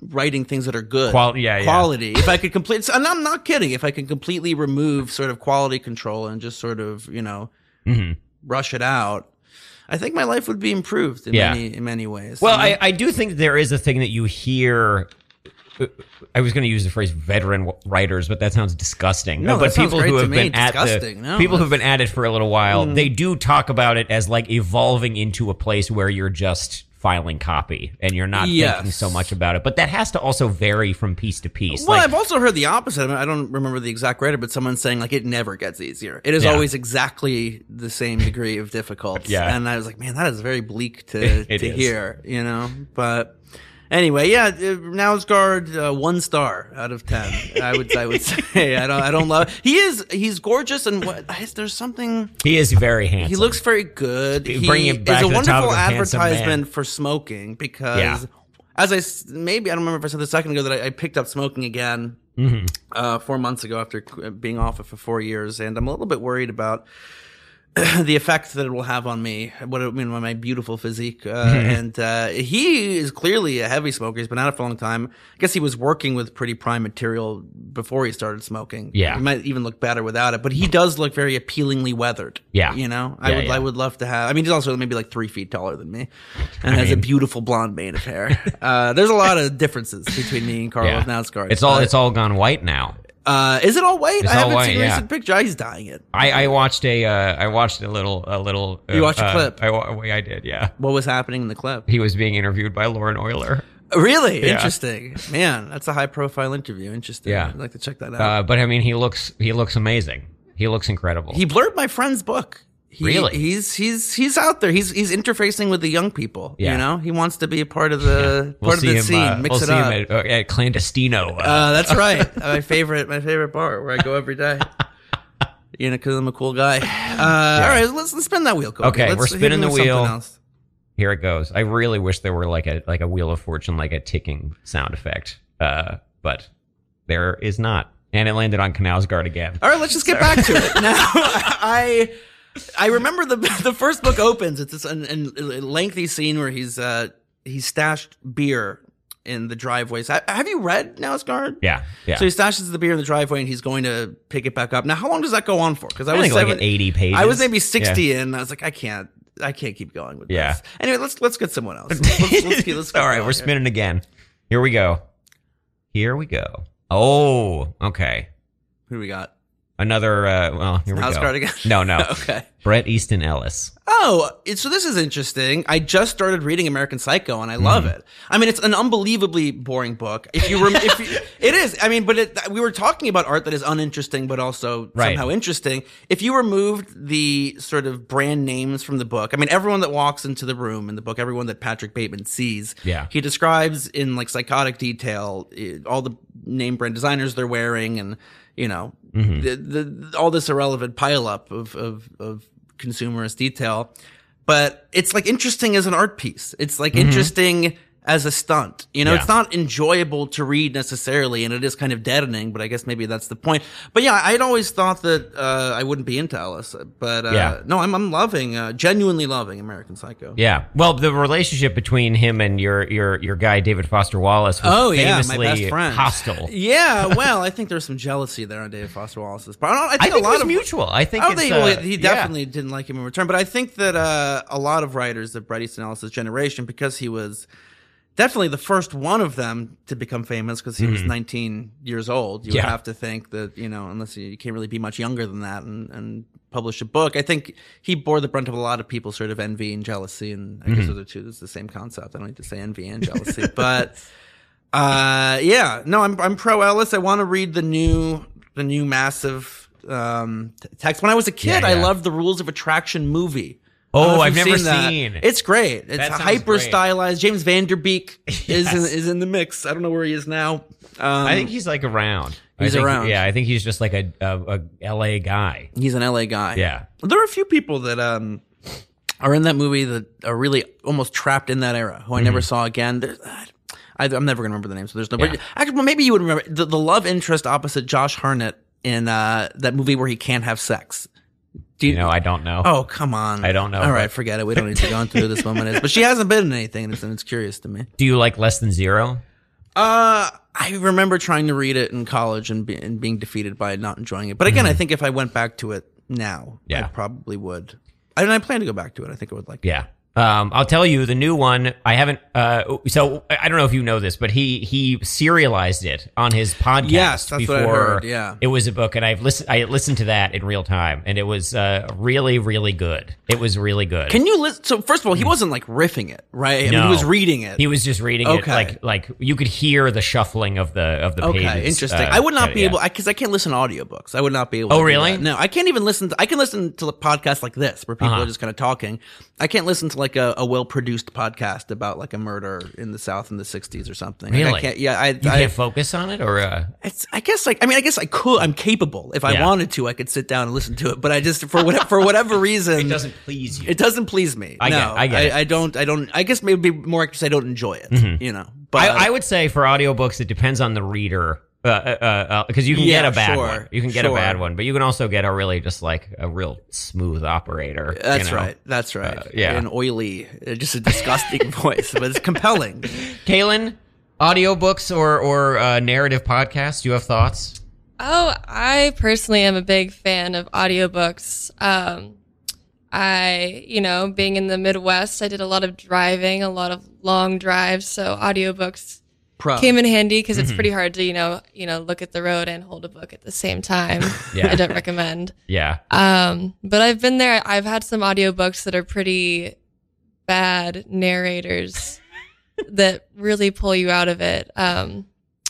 [SPEAKER 2] writing things that are good,
[SPEAKER 1] Qual- yeah, yeah.
[SPEAKER 2] quality. If I could complete, and I'm not kidding. If I can completely remove sort of quality control and just sort of you know
[SPEAKER 1] Mhm.
[SPEAKER 2] rush it out, I think my life would be improved in
[SPEAKER 1] Yeah.
[SPEAKER 2] many in many ways.
[SPEAKER 1] Well,
[SPEAKER 2] You know?
[SPEAKER 1] I, I do think there is a thing that you hear. uh, I was going to use the phrase "veteran w- writers," but that sounds disgusting.
[SPEAKER 2] No,
[SPEAKER 1] but
[SPEAKER 2] that sounds
[SPEAKER 1] people
[SPEAKER 2] great
[SPEAKER 1] who
[SPEAKER 2] to
[SPEAKER 1] have
[SPEAKER 2] me.
[SPEAKER 1] been at the,
[SPEAKER 2] Disgusting. No, Mm-hmm.
[SPEAKER 1] people who've been at it for a little while, they do talk about it as like evolving into a place where you're just filing copy and you're not
[SPEAKER 2] Yes.
[SPEAKER 1] thinking so much about it. But that has to also vary from piece to piece.
[SPEAKER 2] Well,
[SPEAKER 1] Like,
[SPEAKER 2] I've also heard the opposite. I, mean, I don't remember the exact writer, but someone saying like it never gets easier. It is
[SPEAKER 1] Yeah.
[SPEAKER 2] always exactly the same degree of difficult.
[SPEAKER 1] Yeah.
[SPEAKER 2] and I was like, man, that is very bleak to
[SPEAKER 1] It- it
[SPEAKER 2] to
[SPEAKER 1] is.
[SPEAKER 2] hear. You know, but anyway, yeah. uh, Nausgaard, uh, one star out of ten. I would I would say I don't I don't love. He is he's gorgeous and what is there's something
[SPEAKER 1] he is very handsome.
[SPEAKER 2] he looks very good. He
[SPEAKER 1] Bring it back
[SPEAKER 2] is
[SPEAKER 1] to
[SPEAKER 2] a
[SPEAKER 1] the
[SPEAKER 2] wonderful
[SPEAKER 1] topic of handsome man.
[SPEAKER 2] advertisement for smoking because,
[SPEAKER 1] Yeah.
[SPEAKER 2] as I s- maybe I don't remember if I said this a second ago that I, I picked up smoking again
[SPEAKER 1] Mm-hmm.
[SPEAKER 2] uh, four months ago after qu- being off it for four years, and I'm a little bit worried about the effect that it will have on me, what it mean on my beautiful physique. Uh,
[SPEAKER 1] Mm-hmm.
[SPEAKER 2] And uh, he is clearly a heavy smoker. He's been at it for a long time. I guess he was working with pretty prime material before he started smoking.
[SPEAKER 1] Yeah.
[SPEAKER 2] he might even look better without it. But he does look very appealingly weathered.
[SPEAKER 1] Yeah.
[SPEAKER 2] you know, I
[SPEAKER 1] Yeah,
[SPEAKER 2] would
[SPEAKER 1] yeah.
[SPEAKER 2] I would love to have. I mean, he's also maybe like three feet taller than me, and has a beautiful blonde mane of hair. uh, there's a lot of differences between me and Carl
[SPEAKER 1] Yeah.
[SPEAKER 2] with Nausgaard.
[SPEAKER 1] It's all
[SPEAKER 2] but,
[SPEAKER 1] it's all gone white now.
[SPEAKER 2] uh, is it all white?
[SPEAKER 1] It's
[SPEAKER 2] I
[SPEAKER 1] all
[SPEAKER 2] haven't
[SPEAKER 1] white,
[SPEAKER 2] seen a
[SPEAKER 1] yeah.
[SPEAKER 2] recent picture. He's dyeing it.
[SPEAKER 1] I, I watched a uh, I watched a little a little. Uh,
[SPEAKER 2] You watched a
[SPEAKER 1] uh,
[SPEAKER 2] clip?
[SPEAKER 1] I, wa- I did. Yeah,
[SPEAKER 2] What was happening in the clip?
[SPEAKER 1] he was being interviewed by Lauren Euler.
[SPEAKER 2] Really
[SPEAKER 1] Yeah.
[SPEAKER 2] interesting, man. That's a high profile interview. Interesting.
[SPEAKER 1] Yeah.
[SPEAKER 2] I'd like to check that out.
[SPEAKER 1] Uh, but I mean, he looks he looks amazing. He looks incredible.
[SPEAKER 2] he blurred my friend's book. He,
[SPEAKER 1] Really?
[SPEAKER 2] He's he's he's out there. He's he's interfacing with the young people.
[SPEAKER 1] Yeah.
[SPEAKER 2] You know, he wants to be a part of the
[SPEAKER 1] we'll
[SPEAKER 2] uh, part of
[SPEAKER 1] see
[SPEAKER 2] the
[SPEAKER 1] him.
[SPEAKER 2] scene.
[SPEAKER 1] uh,
[SPEAKER 2] Mix
[SPEAKER 1] we'll
[SPEAKER 2] it
[SPEAKER 1] see
[SPEAKER 2] up.
[SPEAKER 1] him at, uh, at clandestino. Uh,
[SPEAKER 2] uh, that's right. my favorite my favorite bar where I go every day. You know, because I'm a cool guy. Uh, All right, let's, let's spin that wheel. Cody.
[SPEAKER 1] Okay,
[SPEAKER 2] Let's
[SPEAKER 1] we're
[SPEAKER 2] hit him
[SPEAKER 1] spinning the
[SPEAKER 2] with something
[SPEAKER 1] wheel.
[SPEAKER 2] else.
[SPEAKER 1] Here it goes. I really wish there were like a like a wheel of fortune, like a ticking sound effect. Uh, but there is not, and it landed on Canalsguard again.
[SPEAKER 2] All right, let's just get back to it. Now, I I remember the the first book opens. It's this an, an lengthy scene where he's uh he stashed beer in the driveways. Ha- Have you read Nausgard?
[SPEAKER 1] Yeah, yeah.
[SPEAKER 2] So he stashes the beer in the driveway and he's going to pick it back up. Now, how long does that go on for? Because
[SPEAKER 1] I, think like an eighty pages.
[SPEAKER 2] I was maybe sixty in. I was like, I can't, I can't keep going with
[SPEAKER 1] Yeah.
[SPEAKER 2] this. Anyway, letts let's get someone else. Let's, let's, let's keep, let's keep
[SPEAKER 1] All right,
[SPEAKER 2] going
[SPEAKER 1] we're
[SPEAKER 2] here.
[SPEAKER 1] spinning again. Here we go. Here we go. Oh, okay.
[SPEAKER 2] Who we got?
[SPEAKER 1] Another. Uh, well, here we go.
[SPEAKER 2] Nausgaard again?
[SPEAKER 1] No, no.
[SPEAKER 2] Okay.
[SPEAKER 1] Brett Easton Ellis.
[SPEAKER 2] Oh, it, so this is interesting. I just started reading American Psycho, and I love
[SPEAKER 1] Mm-hmm.
[SPEAKER 2] it. I mean, it's an unbelievably boring book. If you, rem- if you it is. I mean, but it, we were talking about art that is uninteresting, but also
[SPEAKER 1] Right.
[SPEAKER 2] somehow interesting. If you removed the sort of brand names from the book, I mean, everyone that walks into the room in the book, everyone that Patrick Bateman sees,
[SPEAKER 1] Yeah.
[SPEAKER 2] he describes in like psychotic detail eh, all the name brand designers they're wearing, and you know,
[SPEAKER 1] Mm-hmm.
[SPEAKER 2] the, the, all this irrelevant pileup of of of consumerist detail, but it's like interesting as an art piece. It's like interesting as a stunt. You know,
[SPEAKER 1] Mm-hmm. Yeah.
[SPEAKER 2] it's not enjoyable to read necessarily, and it is kind of deadening. But I guess maybe that's the point. But yeah, I'd always thought that uh, I wouldn't be into Alice, but uh,
[SPEAKER 1] Yeah.
[SPEAKER 2] no, I'm I'm loving, uh, genuinely loving American Psycho.
[SPEAKER 1] Yeah. Well, the relationship between him and your your your guy David Foster Wallace was
[SPEAKER 2] Oh, yeah, my
[SPEAKER 1] famously
[SPEAKER 2] best friend.
[SPEAKER 1] hostile.
[SPEAKER 2] Yeah, well, I think there's some jealousy there on David Foster Wallace's part. I, don't- I think
[SPEAKER 1] I think
[SPEAKER 2] a lot
[SPEAKER 1] it was
[SPEAKER 2] of
[SPEAKER 1] mutual. I think
[SPEAKER 2] I don't
[SPEAKER 1] it's,
[SPEAKER 2] think
[SPEAKER 1] uh,
[SPEAKER 2] well, he
[SPEAKER 1] yeah.
[SPEAKER 2] definitely didn't like him in return, but I think that uh, a lot of writers of Bret Easton Ellis' generation, because he was definitely the first one of them to become famous, because he was 19 years old, you
[SPEAKER 1] Mm-hmm. Yeah.
[SPEAKER 2] would have to think that you know, unless you, you can't really be much younger than that and, and publish a book. I think he bore the brunt of a lot of people's sort of envy and jealousy, and
[SPEAKER 1] Mm-hmm.
[SPEAKER 2] I guess those are two. It's the same concept. I don't need to say envy and jealousy, but. Uh, yeah, no, I'm I'm pro Ellis. I want to read the new the new massive um t- text. When I was a kid,
[SPEAKER 1] Yeah,
[SPEAKER 2] I
[SPEAKER 1] yeah.
[SPEAKER 2] loved the Rules of Attraction movie. I
[SPEAKER 1] Oh,
[SPEAKER 2] don't know if
[SPEAKER 1] I've
[SPEAKER 2] you've
[SPEAKER 1] never
[SPEAKER 2] that.
[SPEAKER 1] seen.
[SPEAKER 2] It's great. It's
[SPEAKER 1] That sounds
[SPEAKER 2] hyper
[SPEAKER 1] great.
[SPEAKER 2] stylized. James Vanderbeek is in,
[SPEAKER 1] Yes.
[SPEAKER 2] is in the mix. I don't know where he is now. Um,
[SPEAKER 1] I think he's like around. I
[SPEAKER 2] He's
[SPEAKER 1] think-
[SPEAKER 2] around.
[SPEAKER 1] Yeah, I think he's just like a a, a LA guy.
[SPEAKER 2] he's an LA guy.
[SPEAKER 1] Yeah.
[SPEAKER 2] there are a few people that um are in that movie that are really almost trapped in that era who I never saw again. There's, I, I'm never gonna remember the names. So there's no.
[SPEAKER 1] Mm-hmm. Yeah.
[SPEAKER 2] But actually, well, maybe you would remember the, the love interest opposite Josh Harnett in uh, that movie where he can't have sex. Do
[SPEAKER 1] You know, I don't know.
[SPEAKER 2] Oh come on!
[SPEAKER 1] I don't know,
[SPEAKER 2] All right,
[SPEAKER 1] but-
[SPEAKER 2] forget it. We don't need to go into who this woman is, but she hasn't been in anything, and it's, and it's curious to me.
[SPEAKER 1] Do you like Less Than Zero?
[SPEAKER 2] Uh, I remember trying to read it in college and, be, and being defeated by not enjoying it. But again, I think if I went back to it now, I
[SPEAKER 1] Mm-hmm. Yeah.
[SPEAKER 2] probably would. I and I plan to go back to it. I think I would like it.
[SPEAKER 1] Yeah. Um, I'll tell you the new one. I haven't. Uh, so I I don't know if you know this, but he he serialized it on his podcast.
[SPEAKER 2] Yes, that's
[SPEAKER 1] before
[SPEAKER 2] what I heard, yeah.
[SPEAKER 1] it was a book, and I've listened. I listened to that in real time, and it was uh, really really good. It was really good.
[SPEAKER 2] Can you listen? So first of all, he wasn't like riffing it, right? I mean,
[SPEAKER 1] Mm-hmm. No.
[SPEAKER 2] he was reading it.
[SPEAKER 1] he was just reading
[SPEAKER 2] Okay.
[SPEAKER 1] it like like you could hear the shuffling of the of the
[SPEAKER 2] okay,
[SPEAKER 1] pages.
[SPEAKER 2] interesting.
[SPEAKER 1] uh,
[SPEAKER 2] I would not
[SPEAKER 1] yeah,
[SPEAKER 2] be
[SPEAKER 1] yeah.
[SPEAKER 2] able because I can't listen to audiobooks. I would not be able.
[SPEAKER 1] Oh,
[SPEAKER 2] to do
[SPEAKER 1] really?
[SPEAKER 2] that. No, I can't even listen. To, I can listen to podcasts like this where people
[SPEAKER 1] Uh-huh.
[SPEAKER 2] are just kind of talking. I can't listen to like a, a well produced podcast about like a murder in the South in the '60s or something. Like,
[SPEAKER 1] Really?
[SPEAKER 2] I can't, yeah, I,
[SPEAKER 1] You
[SPEAKER 2] I
[SPEAKER 1] can't focus on it, or uh,
[SPEAKER 2] It's, I guess like I mean I guess I could I'm capable if I
[SPEAKER 1] Yeah.
[SPEAKER 2] wanted to I could sit down and listen to it but I just for what, for whatever reason
[SPEAKER 1] it doesn't please you.
[SPEAKER 2] it doesn't please me
[SPEAKER 1] I
[SPEAKER 2] no
[SPEAKER 1] get it, I get it. Mm-hmm.
[SPEAKER 2] I, don't I don't I guess maybe more because I don't enjoy it you know but
[SPEAKER 1] I, I would say for audiobooks, it depends on the reader. Because uh, uh, uh 'cause you can
[SPEAKER 2] Yeah,
[SPEAKER 1] get a bad
[SPEAKER 2] sure,
[SPEAKER 1] one, you can get a
[SPEAKER 2] sure.
[SPEAKER 1] bad one, but you can also get a really just like a real smooth operator. you
[SPEAKER 2] that's
[SPEAKER 1] know? uh,
[SPEAKER 2] right that's right
[SPEAKER 1] yeah.
[SPEAKER 2] an oily uh, just a disgusting voice but it's compelling
[SPEAKER 1] Kaylin, audiobooks or or uh, narrative podcasts? Do you have thoughts?
[SPEAKER 3] Oh, I personally am a big fan of audiobooks. Um, I, you know, being in the Midwest, I did a lot of driving, a lot of long drives, so audiobooks
[SPEAKER 2] Pro.
[SPEAKER 3] came in handy because it's pretty hard to, you know, you know, look at the road and hold a book at the same time.
[SPEAKER 1] Yeah.
[SPEAKER 3] I don't recommend.
[SPEAKER 1] Yeah,
[SPEAKER 3] Um, but I've been there. I've had some audiobooks that are pretty bad narrators that really pull you out of it. Um,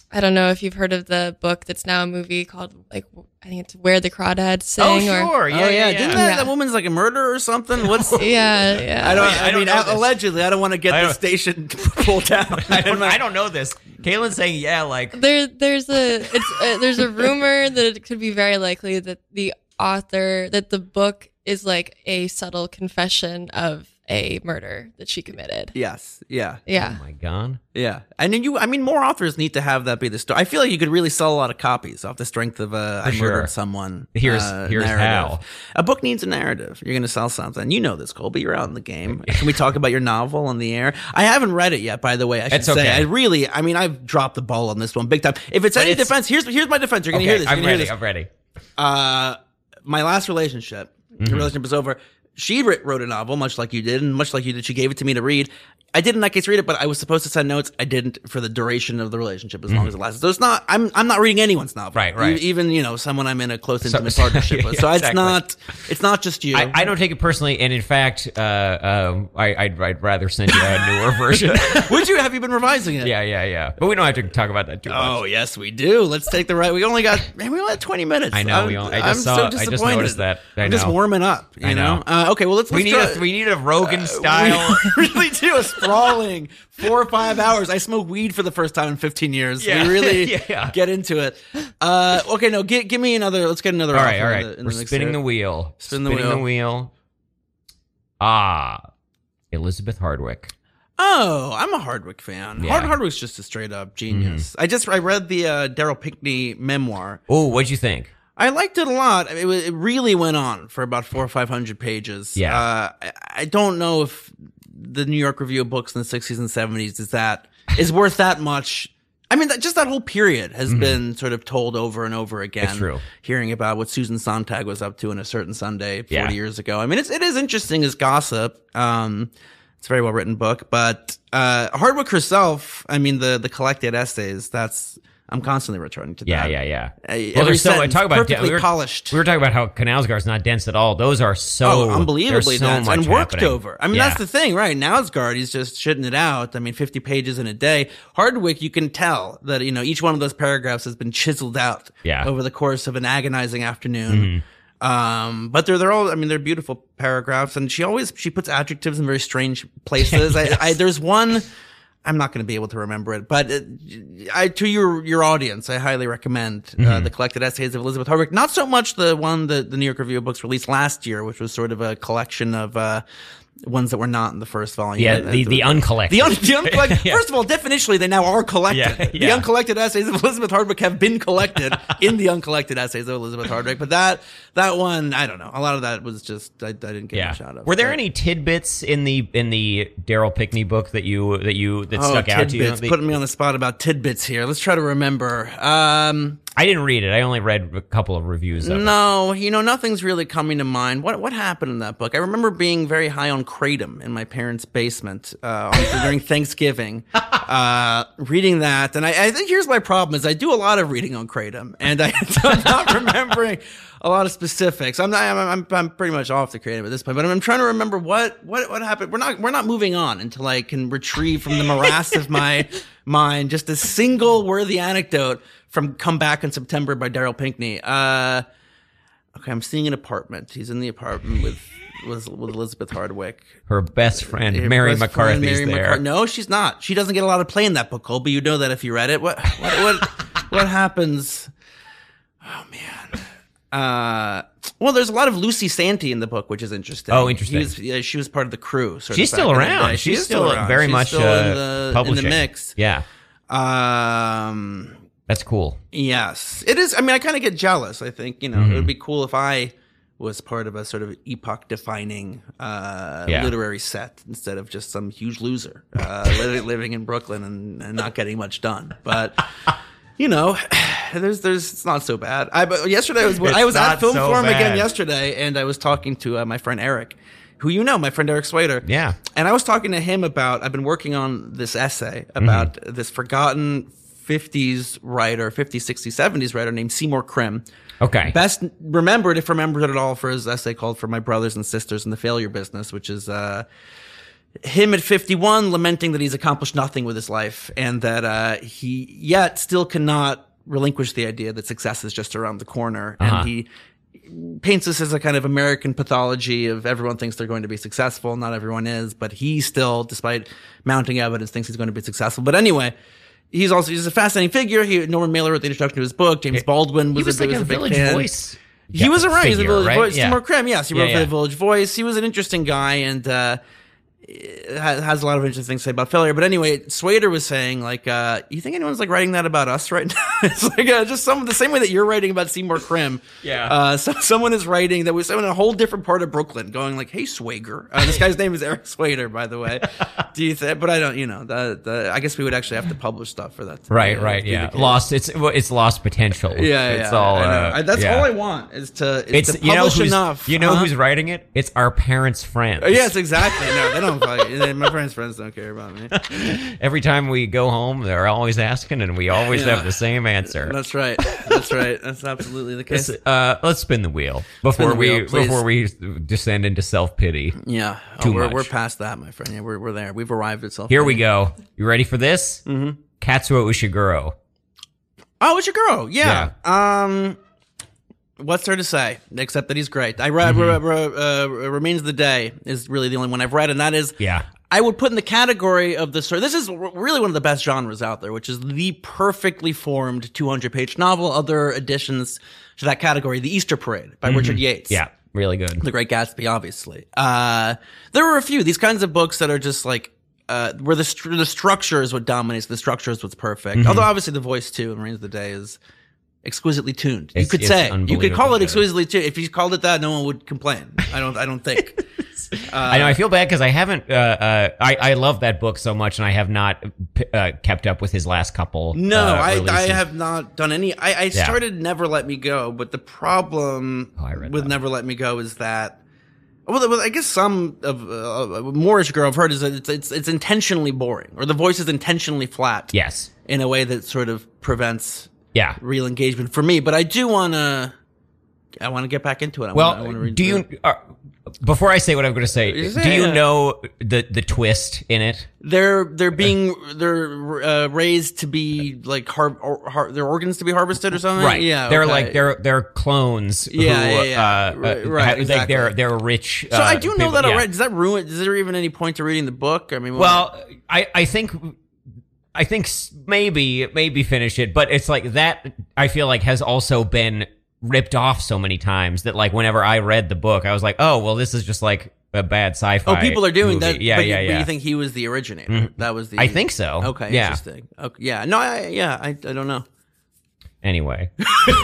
[SPEAKER 3] I don't know if you've heard of the book that's now a movie called like I think it's Where the Crawdads Sing or
[SPEAKER 2] oh yeah, didn't that,
[SPEAKER 3] Yeah.
[SPEAKER 2] that woman's like a murderer or something what's I
[SPEAKER 3] yeah, yeah.
[SPEAKER 2] don't
[SPEAKER 1] Wait, I
[SPEAKER 2] I,
[SPEAKER 1] don't
[SPEAKER 2] mean
[SPEAKER 1] know this.
[SPEAKER 2] allegedly I don't want to get
[SPEAKER 1] I
[SPEAKER 2] the
[SPEAKER 1] don't-
[SPEAKER 2] station pulled down
[SPEAKER 1] I don't. I don't know this. Kaylin's saying yeah, like
[SPEAKER 3] There, there's a it's uh there's a rumor that it could be very likely that the author that the book is like a subtle confession of a murder that she committed.
[SPEAKER 2] yes yeah
[SPEAKER 1] oh
[SPEAKER 3] Yeah.
[SPEAKER 1] my god.
[SPEAKER 2] Yeah, and then you. I mean, more authors need to have that be the story. I feel like you could really sell a lot of copies off the strength of uh,
[SPEAKER 1] For
[SPEAKER 2] "I
[SPEAKER 1] sure.
[SPEAKER 2] murdered someone."
[SPEAKER 1] Here's-
[SPEAKER 2] uh,
[SPEAKER 1] here's
[SPEAKER 2] narrative.
[SPEAKER 1] how.
[SPEAKER 2] a book needs a narrative. You're going to sell something. You know this, Colby. You're out in the game. Can we talk about your novel on the air? I haven't read it yet, by the way. I should
[SPEAKER 1] It's
[SPEAKER 2] say.
[SPEAKER 1] okay.
[SPEAKER 2] I really. I mean, I've dropped the ball on this one big time. If it's any
[SPEAKER 1] it's-
[SPEAKER 2] defense, here's here's my defense. You're going to hear
[SPEAKER 1] Okay,
[SPEAKER 2] this.
[SPEAKER 1] I'm
[SPEAKER 2] You're gonna hear
[SPEAKER 1] ready. I'm
[SPEAKER 2] this
[SPEAKER 1] ready.
[SPEAKER 2] uh, my last relationship,
[SPEAKER 1] Mm-hmm.
[SPEAKER 2] the relationship is over. She writ- wrote a novel, much like you did, and much like you did, she gave it to me to read. I did in that case read it, but I was supposed to send notes. I didn't for the duration of the relationship, as long as it lasted. So it's not. I'm I'm not reading anyone's novel,
[SPEAKER 1] Mm-hmm. Right, right.
[SPEAKER 2] E- even you know someone I'm in a close intimate
[SPEAKER 1] so-
[SPEAKER 2] partnership with. So
[SPEAKER 1] exactly.
[SPEAKER 2] it's not. It's not just you.
[SPEAKER 1] I, I don't take it personally, and in fact, uh, um, I, I'd, I'd rather send you a newer version.
[SPEAKER 2] Would you have you been revising it?
[SPEAKER 1] yeah, yeah, yeah. But we don't have to talk about that too much.
[SPEAKER 2] Oh yes, we do. Let's take the right. We only got man. We only had twenty minutes.
[SPEAKER 1] I know,
[SPEAKER 2] I'm,
[SPEAKER 1] we only- I
[SPEAKER 2] I'm
[SPEAKER 1] just saw- I
[SPEAKER 2] so
[SPEAKER 1] just
[SPEAKER 2] disappointed.
[SPEAKER 1] noticed that. I
[SPEAKER 2] am just
[SPEAKER 1] know.
[SPEAKER 2] warming up. You
[SPEAKER 1] I know.
[SPEAKER 2] Uh, okay, well let's.
[SPEAKER 1] we
[SPEAKER 2] let's
[SPEAKER 1] need
[SPEAKER 2] go-
[SPEAKER 1] a we need a Rogan style.
[SPEAKER 2] Uh, We really do a sprawling four or five hours. I smoke weed for the first time in 15 years.
[SPEAKER 1] Yeah.
[SPEAKER 2] We really
[SPEAKER 1] Yeah.
[SPEAKER 2] get into. it. Uh, okay, no, gi- give me another. Let's get another.
[SPEAKER 1] all
[SPEAKER 2] offer
[SPEAKER 1] right, all
[SPEAKER 2] in
[SPEAKER 1] right.
[SPEAKER 2] the- in
[SPEAKER 1] We're
[SPEAKER 2] the mix
[SPEAKER 1] spinning
[SPEAKER 2] here.
[SPEAKER 1] the wheel.
[SPEAKER 2] Spin the
[SPEAKER 1] spinning
[SPEAKER 2] wheel.
[SPEAKER 1] the wheel. Ah, Elizabeth Hardwick.
[SPEAKER 2] Oh, I'm a Hardwick fan.
[SPEAKER 1] Yeah. Mm-hmm.
[SPEAKER 2] Hard Hardwick's just a straight up genius. I just I read the uh, Daryl Pinkney memoir.
[SPEAKER 1] Oh, what'd you think?
[SPEAKER 2] I liked it a lot. I mean, It, wa- it really went on for about four or five hundred pages.
[SPEAKER 1] Yeah.
[SPEAKER 2] uh, I, I don't know if the New York Review of Books in the '60s and '70s is that is worth that much. I mean, that, just that whole period has been sort of told over and over again.
[SPEAKER 1] Mm-hmm. It's true.
[SPEAKER 2] Hearing about what Susan Sontag was up to on a certain Sunday 40
[SPEAKER 1] Yeah.
[SPEAKER 2] years ago. I mean, it's, it is interesting as gossip. Um, it's a very well written book, but, uh, Hardwick herself, I mean, the, the collected essays, that's, I'm constantly returning to
[SPEAKER 1] Yeah,
[SPEAKER 2] that.
[SPEAKER 1] yeah, yeah. Well,
[SPEAKER 2] I- Uh, every
[SPEAKER 1] there's so
[SPEAKER 2] sentence
[SPEAKER 1] talk about
[SPEAKER 2] perfectly
[SPEAKER 1] we were,
[SPEAKER 2] polished.
[SPEAKER 1] We were talking about how Canalsgar's not dense at all. Those are so
[SPEAKER 2] Oh, unbelievably
[SPEAKER 1] there's so
[SPEAKER 2] dense
[SPEAKER 1] much
[SPEAKER 2] and worked
[SPEAKER 1] happening.
[SPEAKER 2] over. I mean,
[SPEAKER 1] Yeah.
[SPEAKER 2] that's the thing, right? Nowsgard, he's just shitting it out. I mean, 50 pages in a day. Hardwick, you can tell that, you know, each one of those paragraphs has been chiseled out
[SPEAKER 1] Yeah. Mm-hmm.
[SPEAKER 2] over the course of an agonizing afternoon. Um, but they're, they're all, I mean, they're beautiful paragraphs and she always, she puts adjectives in very strange places. I, I, there's one, I'm not going to be able to remember it, but uh I, to your, your audience, I highly recommend
[SPEAKER 1] Mm-hmm.
[SPEAKER 2] uh, the collected essays of Elizabeth Hardwick. Not so much the one that the New York Review of Books released last year, which was sort of a collection of, uh, ones that were not in the first volume.
[SPEAKER 1] yeah,
[SPEAKER 2] Uh,
[SPEAKER 1] the the uncollected.
[SPEAKER 2] the, un- the uncollected. First of all, definitionally, they now are collected.
[SPEAKER 1] Yeah,
[SPEAKER 2] The
[SPEAKER 1] yeah.
[SPEAKER 2] uncollected essays of Elizabeth Hardwick have been collected in the uncollected essays of Elizabeth Hardwick. But that that one, I don't know. A lot of that was just I, I didn't get
[SPEAKER 1] yeah.
[SPEAKER 2] much out of.
[SPEAKER 1] Were there
[SPEAKER 2] But-
[SPEAKER 1] any tidbits in the in the Daryl Pickney book that you that you that
[SPEAKER 2] Oh,
[SPEAKER 1] stuck out to you?
[SPEAKER 2] tidbits.
[SPEAKER 1] The-
[SPEAKER 2] Putting me on the spot about tidbits here. Let's try to remember. Um,
[SPEAKER 1] I didn't read it. I only read a couple of reviews of it.
[SPEAKER 2] no, you know, nothing's really coming to mind. What what happened in that book? I remember being very high on kratom in my parents' basement uh, on- during Thanksgiving, uh, reading that. And I, I think here's my problem: is I do a lot of reading on kratom, and I, am not remembering a lot of specifics. I'm not. I'm, I'm, I'm pretty much off the kratom at this point. But I'm, I'm trying to remember what what what happened. We're not we're not moving on until I can retrieve from the morass of my mind just a single worthy anecdote. From Come Back in September by Daryl Pinkney. Uh, Okay, I'm seeing an apartment. He's in the apartment with with, with Elizabeth Hardwick.
[SPEAKER 1] Her best friend
[SPEAKER 2] Her
[SPEAKER 1] Mary
[SPEAKER 2] best friend,
[SPEAKER 1] McCarthy's
[SPEAKER 2] Mary
[SPEAKER 1] there.
[SPEAKER 2] McCar- no, she's not. She doesn't get a lot of play in that book, Cole, but you know that if you read it. What what what, what happens? Oh man. Uh, well, there's a lot of Lucy Santee in the book, which is interesting.
[SPEAKER 1] Oh, interesting.
[SPEAKER 2] He was, yeah, she was part of the crew. sort of
[SPEAKER 1] She's
[SPEAKER 2] back
[SPEAKER 1] still
[SPEAKER 2] in the day.
[SPEAKER 1] around.
[SPEAKER 2] She
[SPEAKER 1] She's
[SPEAKER 2] is
[SPEAKER 1] still,
[SPEAKER 2] around.
[SPEAKER 1] very
[SPEAKER 2] She's
[SPEAKER 1] much
[SPEAKER 2] still
[SPEAKER 1] uh,
[SPEAKER 2] in, the, in
[SPEAKER 1] publishing.
[SPEAKER 2] the mix.
[SPEAKER 1] Yeah,
[SPEAKER 2] Um,
[SPEAKER 1] that's cool.
[SPEAKER 2] Yes, it is. I mean, I kind of get jealous. I think you know
[SPEAKER 1] Mm-hmm.
[SPEAKER 2] it would be cool if I was part of a sort of epoch-defining uh,
[SPEAKER 1] Yeah.
[SPEAKER 2] literary set instead of just some huge loser uh, li- living in Brooklyn and, and not getting much done. But you know, there's there's it's not so bad. I but yesterday was I was
[SPEAKER 1] not
[SPEAKER 2] at Film
[SPEAKER 1] so
[SPEAKER 2] Forum again
[SPEAKER 1] bad.
[SPEAKER 2] yesterday, and I was talking to uh, my friend Eric, who you know, my friend Eric Slater.
[SPEAKER 1] Yeah.
[SPEAKER 2] And I was talking to him about I've been working on this essay
[SPEAKER 1] Mm-hmm.
[SPEAKER 2] about this forgotten 50s writer, 50s, 60s, 70s writer named Seymour Krim.
[SPEAKER 1] Okay.
[SPEAKER 2] Best remembered, if remembered at all, for his essay called For My Brothers and Sisters in the Failure Business, which is uh, him at 51 lamenting that he's accomplished nothing with his life and that uh, he yet still cannot relinquish the idea that success is just around the corner.
[SPEAKER 1] Uh-huh.
[SPEAKER 2] And he paints this as a kind of American pathology of everyone thinks they're going to be successful. Not everyone is, but he still, despite mounting evidence, thinks he's going to be successful. But anyway, he's also he's a fascinating figure. He Norman Mailer wrote the introduction to his book. James Baldwin was,
[SPEAKER 1] he was
[SPEAKER 2] a,
[SPEAKER 1] like
[SPEAKER 2] was
[SPEAKER 1] a,
[SPEAKER 2] a big
[SPEAKER 1] village
[SPEAKER 2] fan.
[SPEAKER 1] voice.
[SPEAKER 2] He was around. He was a
[SPEAKER 1] figure,
[SPEAKER 2] Village
[SPEAKER 1] right?
[SPEAKER 2] Voice.
[SPEAKER 1] Yeah.
[SPEAKER 2] Seymour Krim, yes, he
[SPEAKER 1] Yeah,
[SPEAKER 2] wrote for
[SPEAKER 1] yeah.
[SPEAKER 2] the Village Voice. He was an interesting guy and uh, ha- has a lot of interesting things to say about failure. But anyway, Swader was saying like, uh, you think anyone's like writing that about us right now? it's like uh, just some the same way that you're writing about Seymour Krim.
[SPEAKER 1] Yeah.
[SPEAKER 2] Uh, so someone is writing that was in a whole different part of Brooklyn, going like, "Hey, Swager." Uh, this guy's name is Eric Swader, by the way. Do you think? But I don't. You know, the, the, I guess we would actually have to publish stuff for that. to
[SPEAKER 1] Right,
[SPEAKER 2] be- uh,
[SPEAKER 1] right,
[SPEAKER 2] to be the
[SPEAKER 1] yeah.
[SPEAKER 2] case.
[SPEAKER 1] Lost. It's well, it's lost potential.
[SPEAKER 2] Yeah,
[SPEAKER 1] it's
[SPEAKER 2] yeah,
[SPEAKER 1] all.
[SPEAKER 2] I know.
[SPEAKER 1] uh,
[SPEAKER 2] I- that's
[SPEAKER 1] yeah.
[SPEAKER 2] all I want is to is
[SPEAKER 1] It's
[SPEAKER 2] to
[SPEAKER 1] you know
[SPEAKER 2] publish
[SPEAKER 1] who's
[SPEAKER 2] enough.
[SPEAKER 1] you know
[SPEAKER 2] huh?
[SPEAKER 1] who's writing it. It's our parents' friends.
[SPEAKER 2] Yes, exactly. No, they don't. fucking- they- my friends' friends don't care about me.
[SPEAKER 1] Every time we go home, they're always asking, and we always
[SPEAKER 2] Yeah.
[SPEAKER 1] have the same answer.
[SPEAKER 2] That's right. That's right. That's absolutely the case.
[SPEAKER 1] Uh, let's spin the wheel before
[SPEAKER 2] the wheel,
[SPEAKER 1] we
[SPEAKER 2] please.
[SPEAKER 1] before we descend into self pity.
[SPEAKER 2] Yeah, Oh,
[SPEAKER 1] Too
[SPEAKER 2] we're
[SPEAKER 1] much.
[SPEAKER 2] we're past that, my friend. Yeah, we're we're there. We've arrived at self.
[SPEAKER 1] Here we go. You ready for this? Mm-hmm. Katsuo Ushiguro.
[SPEAKER 2] Oh, it's your girl. Yeah. Um, what's there to say except that he's great? I read
[SPEAKER 1] Mm-hmm.
[SPEAKER 2] re- re- uh, "Remains of the Day" is really the only one I've read, and that is
[SPEAKER 1] Yeah.
[SPEAKER 2] I would put in the category of the sort. This is r- really one of the best genres out there, which is the perfectly formed 200 page novel. Other additions to that category, "The Easter Parade" by Richard Yates.
[SPEAKER 1] Mm-hmm. Yeah. Really good.
[SPEAKER 2] The Great Gatsby, obviously. Uh, there were a few these kinds of books that are just like uh, where the str- the structure is what dominates. The structure is what's perfect.
[SPEAKER 1] Mm-hmm.
[SPEAKER 2] Although obviously the voice too in Rain of the Day is exquisitely tuned. you
[SPEAKER 1] It's-
[SPEAKER 2] could
[SPEAKER 1] it's
[SPEAKER 2] say you could call
[SPEAKER 1] unbelievably
[SPEAKER 2] it
[SPEAKER 1] good.
[SPEAKER 2] exquisitely tuned. If you called it that, no one would complain. I don't. I don't think. Uh,
[SPEAKER 1] I know. I feel bad because I haven't. Uh, uh, I I love that book so much, and I have not p- uh, kept up with his last couple.
[SPEAKER 2] No,
[SPEAKER 1] uh,
[SPEAKER 2] I, I
[SPEAKER 1] releases.
[SPEAKER 2] have not done any. I, I started Never Let Me Go, but the problem
[SPEAKER 1] Oh, I read
[SPEAKER 2] with
[SPEAKER 1] that.
[SPEAKER 2] Never Let Me Go is that. Well, well, I guess some of uh, Moorish Girl I've heard is that it's, it's it's intentionally boring, or the voice is intentionally flat
[SPEAKER 1] Yes.
[SPEAKER 2] in a way that sort of prevents
[SPEAKER 1] Yeah.
[SPEAKER 2] real engagement for me. But I do want to, I want to get back into it. I wanna, I
[SPEAKER 1] Well,
[SPEAKER 2] wanna read
[SPEAKER 1] do you?
[SPEAKER 2] through.
[SPEAKER 1] Uh, before I say what I'm going to say,
[SPEAKER 2] Is
[SPEAKER 1] do you
[SPEAKER 2] it-
[SPEAKER 1] know the the twist in it?
[SPEAKER 2] They're they're being they're uh, raised to be like har- or, har- their organs to be harvested or something.
[SPEAKER 1] Right.
[SPEAKER 2] Yeah.
[SPEAKER 1] They're
[SPEAKER 2] okay.
[SPEAKER 1] like they're they're clones.
[SPEAKER 2] Yeah,
[SPEAKER 1] who,
[SPEAKER 2] yeah, yeah.
[SPEAKER 1] Uh,
[SPEAKER 2] Right,
[SPEAKER 1] uh,
[SPEAKER 2] right,
[SPEAKER 1] ha- Like they're
[SPEAKER 2] exactly.
[SPEAKER 1] they're rich. uh,
[SPEAKER 2] So I do know that
[SPEAKER 1] already.
[SPEAKER 2] already. Does that ruin? Is there even any point to reading the book? I mean, what-
[SPEAKER 1] Well, I, I think I think s- maybe maybe finish it, but it's like that. I feel like has also been ripped off so many times that like whenever I read the book, I was like, oh well, this is just like a bad
[SPEAKER 2] oh,
[SPEAKER 1] sci-fi.
[SPEAKER 2] people are doing
[SPEAKER 1] movie.
[SPEAKER 2] that.
[SPEAKER 1] Yeah, yeah,
[SPEAKER 2] but you,
[SPEAKER 1] yeah. Mm-hmm.
[SPEAKER 2] But you think he was the originator? That was the.
[SPEAKER 1] I think so.
[SPEAKER 2] Okay.
[SPEAKER 1] Yeah.
[SPEAKER 2] Interesting. Okay. Yeah. No. I, yeah. I, I don't know.
[SPEAKER 1] Anyway,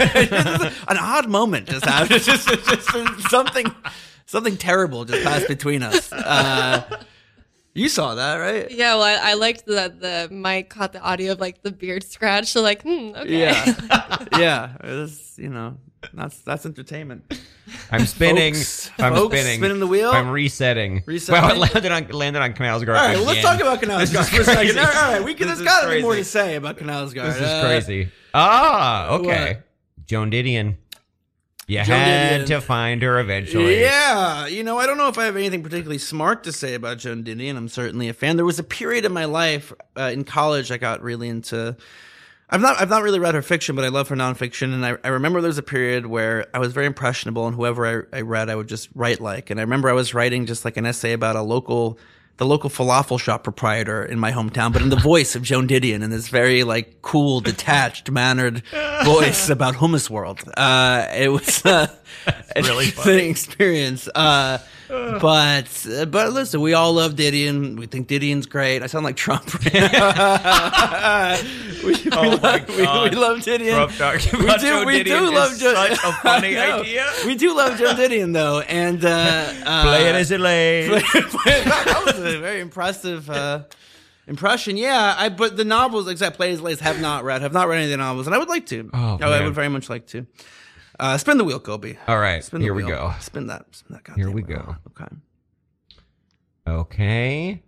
[SPEAKER 2] An odd moment just happened. It's just, it's just something, something terrible just passed between us. Uh, you saw that, right?
[SPEAKER 3] Yeah, well, I, I liked that the mic caught the audio of like the beard scratch. So like, hmm, okay.
[SPEAKER 2] Yeah. yeah. It's, you know, that's that's entertainment.
[SPEAKER 1] I'm spinning.
[SPEAKER 2] Folks-
[SPEAKER 1] I'm
[SPEAKER 2] folks,
[SPEAKER 1] spinning.
[SPEAKER 2] spinning the wheel?
[SPEAKER 1] I'm resetting.
[SPEAKER 2] Resetting?
[SPEAKER 1] Wow, I landed on landed on Canals Guard.
[SPEAKER 2] All right, well, let's
[SPEAKER 1] again.
[SPEAKER 2] talk about Canals
[SPEAKER 1] This
[SPEAKER 2] Guard
[SPEAKER 1] is
[SPEAKER 2] for a second.
[SPEAKER 1] crazy.
[SPEAKER 2] All right, we can.
[SPEAKER 1] This
[SPEAKER 2] There's
[SPEAKER 1] is
[SPEAKER 2] got to be more to
[SPEAKER 1] crazy.
[SPEAKER 2] say about Canals Guard.
[SPEAKER 1] This is
[SPEAKER 2] Uh,
[SPEAKER 1] crazy. Ah, okay. Joan Didion. You
[SPEAKER 2] Joan
[SPEAKER 1] had
[SPEAKER 2] Didion.
[SPEAKER 1] to find her eventually.
[SPEAKER 2] Yeah, you know, I don't know if I have anything particularly smart to say about Joan Didion. I'm certainly a fan. There was a period in my life uh, in college I got really into. I've not I've not really read her fiction, but I love her nonfiction. And I, I remember there was a period where I was very impressionable, and whoever I, I read, I would just write like. And I remember I was writing just like an essay about a local. The local falafel shop proprietor in my hometown, but in the voice of Joan Didion, in this very like cool, detached, mannered voice about hummus world. Uh, it was uh, an
[SPEAKER 1] really funny.
[SPEAKER 2] interesting experience. Uh, but uh, but listen, we all love Didion. We think Didion's great. I sound like Trump. Right now. we, we
[SPEAKER 1] Oh my
[SPEAKER 2] love, we, we
[SPEAKER 1] God.
[SPEAKER 2] love Didion.
[SPEAKER 1] Trump talking
[SPEAKER 2] we
[SPEAKER 1] about
[SPEAKER 2] do
[SPEAKER 1] Joe
[SPEAKER 2] we do
[SPEAKER 1] Didion
[SPEAKER 2] love
[SPEAKER 1] is
[SPEAKER 2] Joe.
[SPEAKER 1] such a funny
[SPEAKER 2] I know.
[SPEAKER 1] idea.
[SPEAKER 2] We do love Joe Didion though, and uh, uh,
[SPEAKER 1] Play it as it lays.
[SPEAKER 2] that was a very impressive uh, impression. Yeah, I but the novels except Plays Lays have not read, have not read any of the novels, and I would like to.
[SPEAKER 1] Oh,
[SPEAKER 2] I
[SPEAKER 1] man.
[SPEAKER 2] would very much like to. Uh, spin the wheel, Kobe.
[SPEAKER 1] All right,
[SPEAKER 2] Spin the
[SPEAKER 1] here we
[SPEAKER 2] wheel.
[SPEAKER 1] go.
[SPEAKER 2] Spin that. Spin that
[SPEAKER 1] Here we
[SPEAKER 2] goddamn wheel. Okay.
[SPEAKER 1] Okay.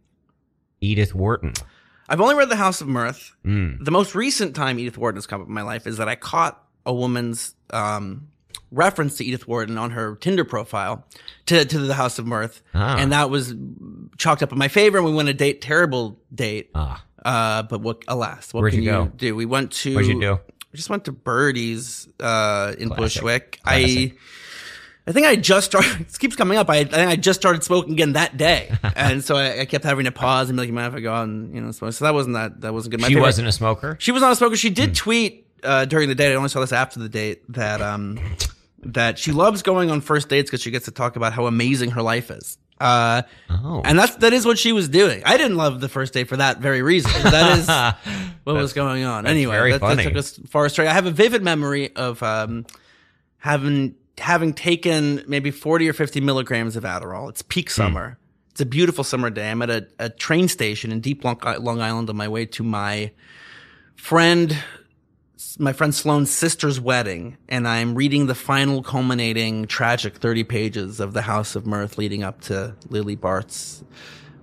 [SPEAKER 1] Edith Wharton.
[SPEAKER 2] I've only read The House of Mirth.
[SPEAKER 1] Mm.
[SPEAKER 2] The most recent time Edith Wharton has come up in my life is that I caught a woman's um, reference to Edith Wharton on her Tinder profile to, to The House of Mirth.
[SPEAKER 1] Ah.
[SPEAKER 2] And that was chalked up in my favor. And we went a date, terrible date.
[SPEAKER 1] Ah,
[SPEAKER 2] Uh, but what, alas, what
[SPEAKER 1] Where'd
[SPEAKER 2] can
[SPEAKER 1] you
[SPEAKER 2] you,
[SPEAKER 1] go?
[SPEAKER 2] do? We went to.
[SPEAKER 1] what'd you do?
[SPEAKER 2] I just went to Birdie's uh, in
[SPEAKER 1] Classic.
[SPEAKER 2] Bushwick.
[SPEAKER 1] Classic.
[SPEAKER 2] I I think I just started. It keeps coming up. I, I think I just started smoking again that day, and so I, I kept having to pause and be like, "Man, if I go out and you know smoke," so that wasn't that that wasn't good. My
[SPEAKER 1] She
[SPEAKER 2] favorite-
[SPEAKER 1] wasn't a smoker.
[SPEAKER 2] She was not a smoker. She did tweet uh, during the date. I only saw this after the date that um that she loves going on first dates because she gets to talk about how amazing her life is. Uh,
[SPEAKER 1] Oh.
[SPEAKER 2] and that's that is what she was doing. I didn't love the first date for that very reason. That is what was going on. anyway,
[SPEAKER 1] very
[SPEAKER 2] that, that
[SPEAKER 1] funny.
[SPEAKER 2] took us far astray. I have a vivid memory of um, having having taken maybe forty or fifty milligrams of Adderall. It's peak
[SPEAKER 1] Hmm.
[SPEAKER 2] summer. It's a beautiful summer day. I'm at a, a train station in deep Long, Long Island on my way to my friend my friend Sloane's sister's wedding, and I'm reading the final culminating tragic 30 pages of The House of Mirth leading up to Lily Bart's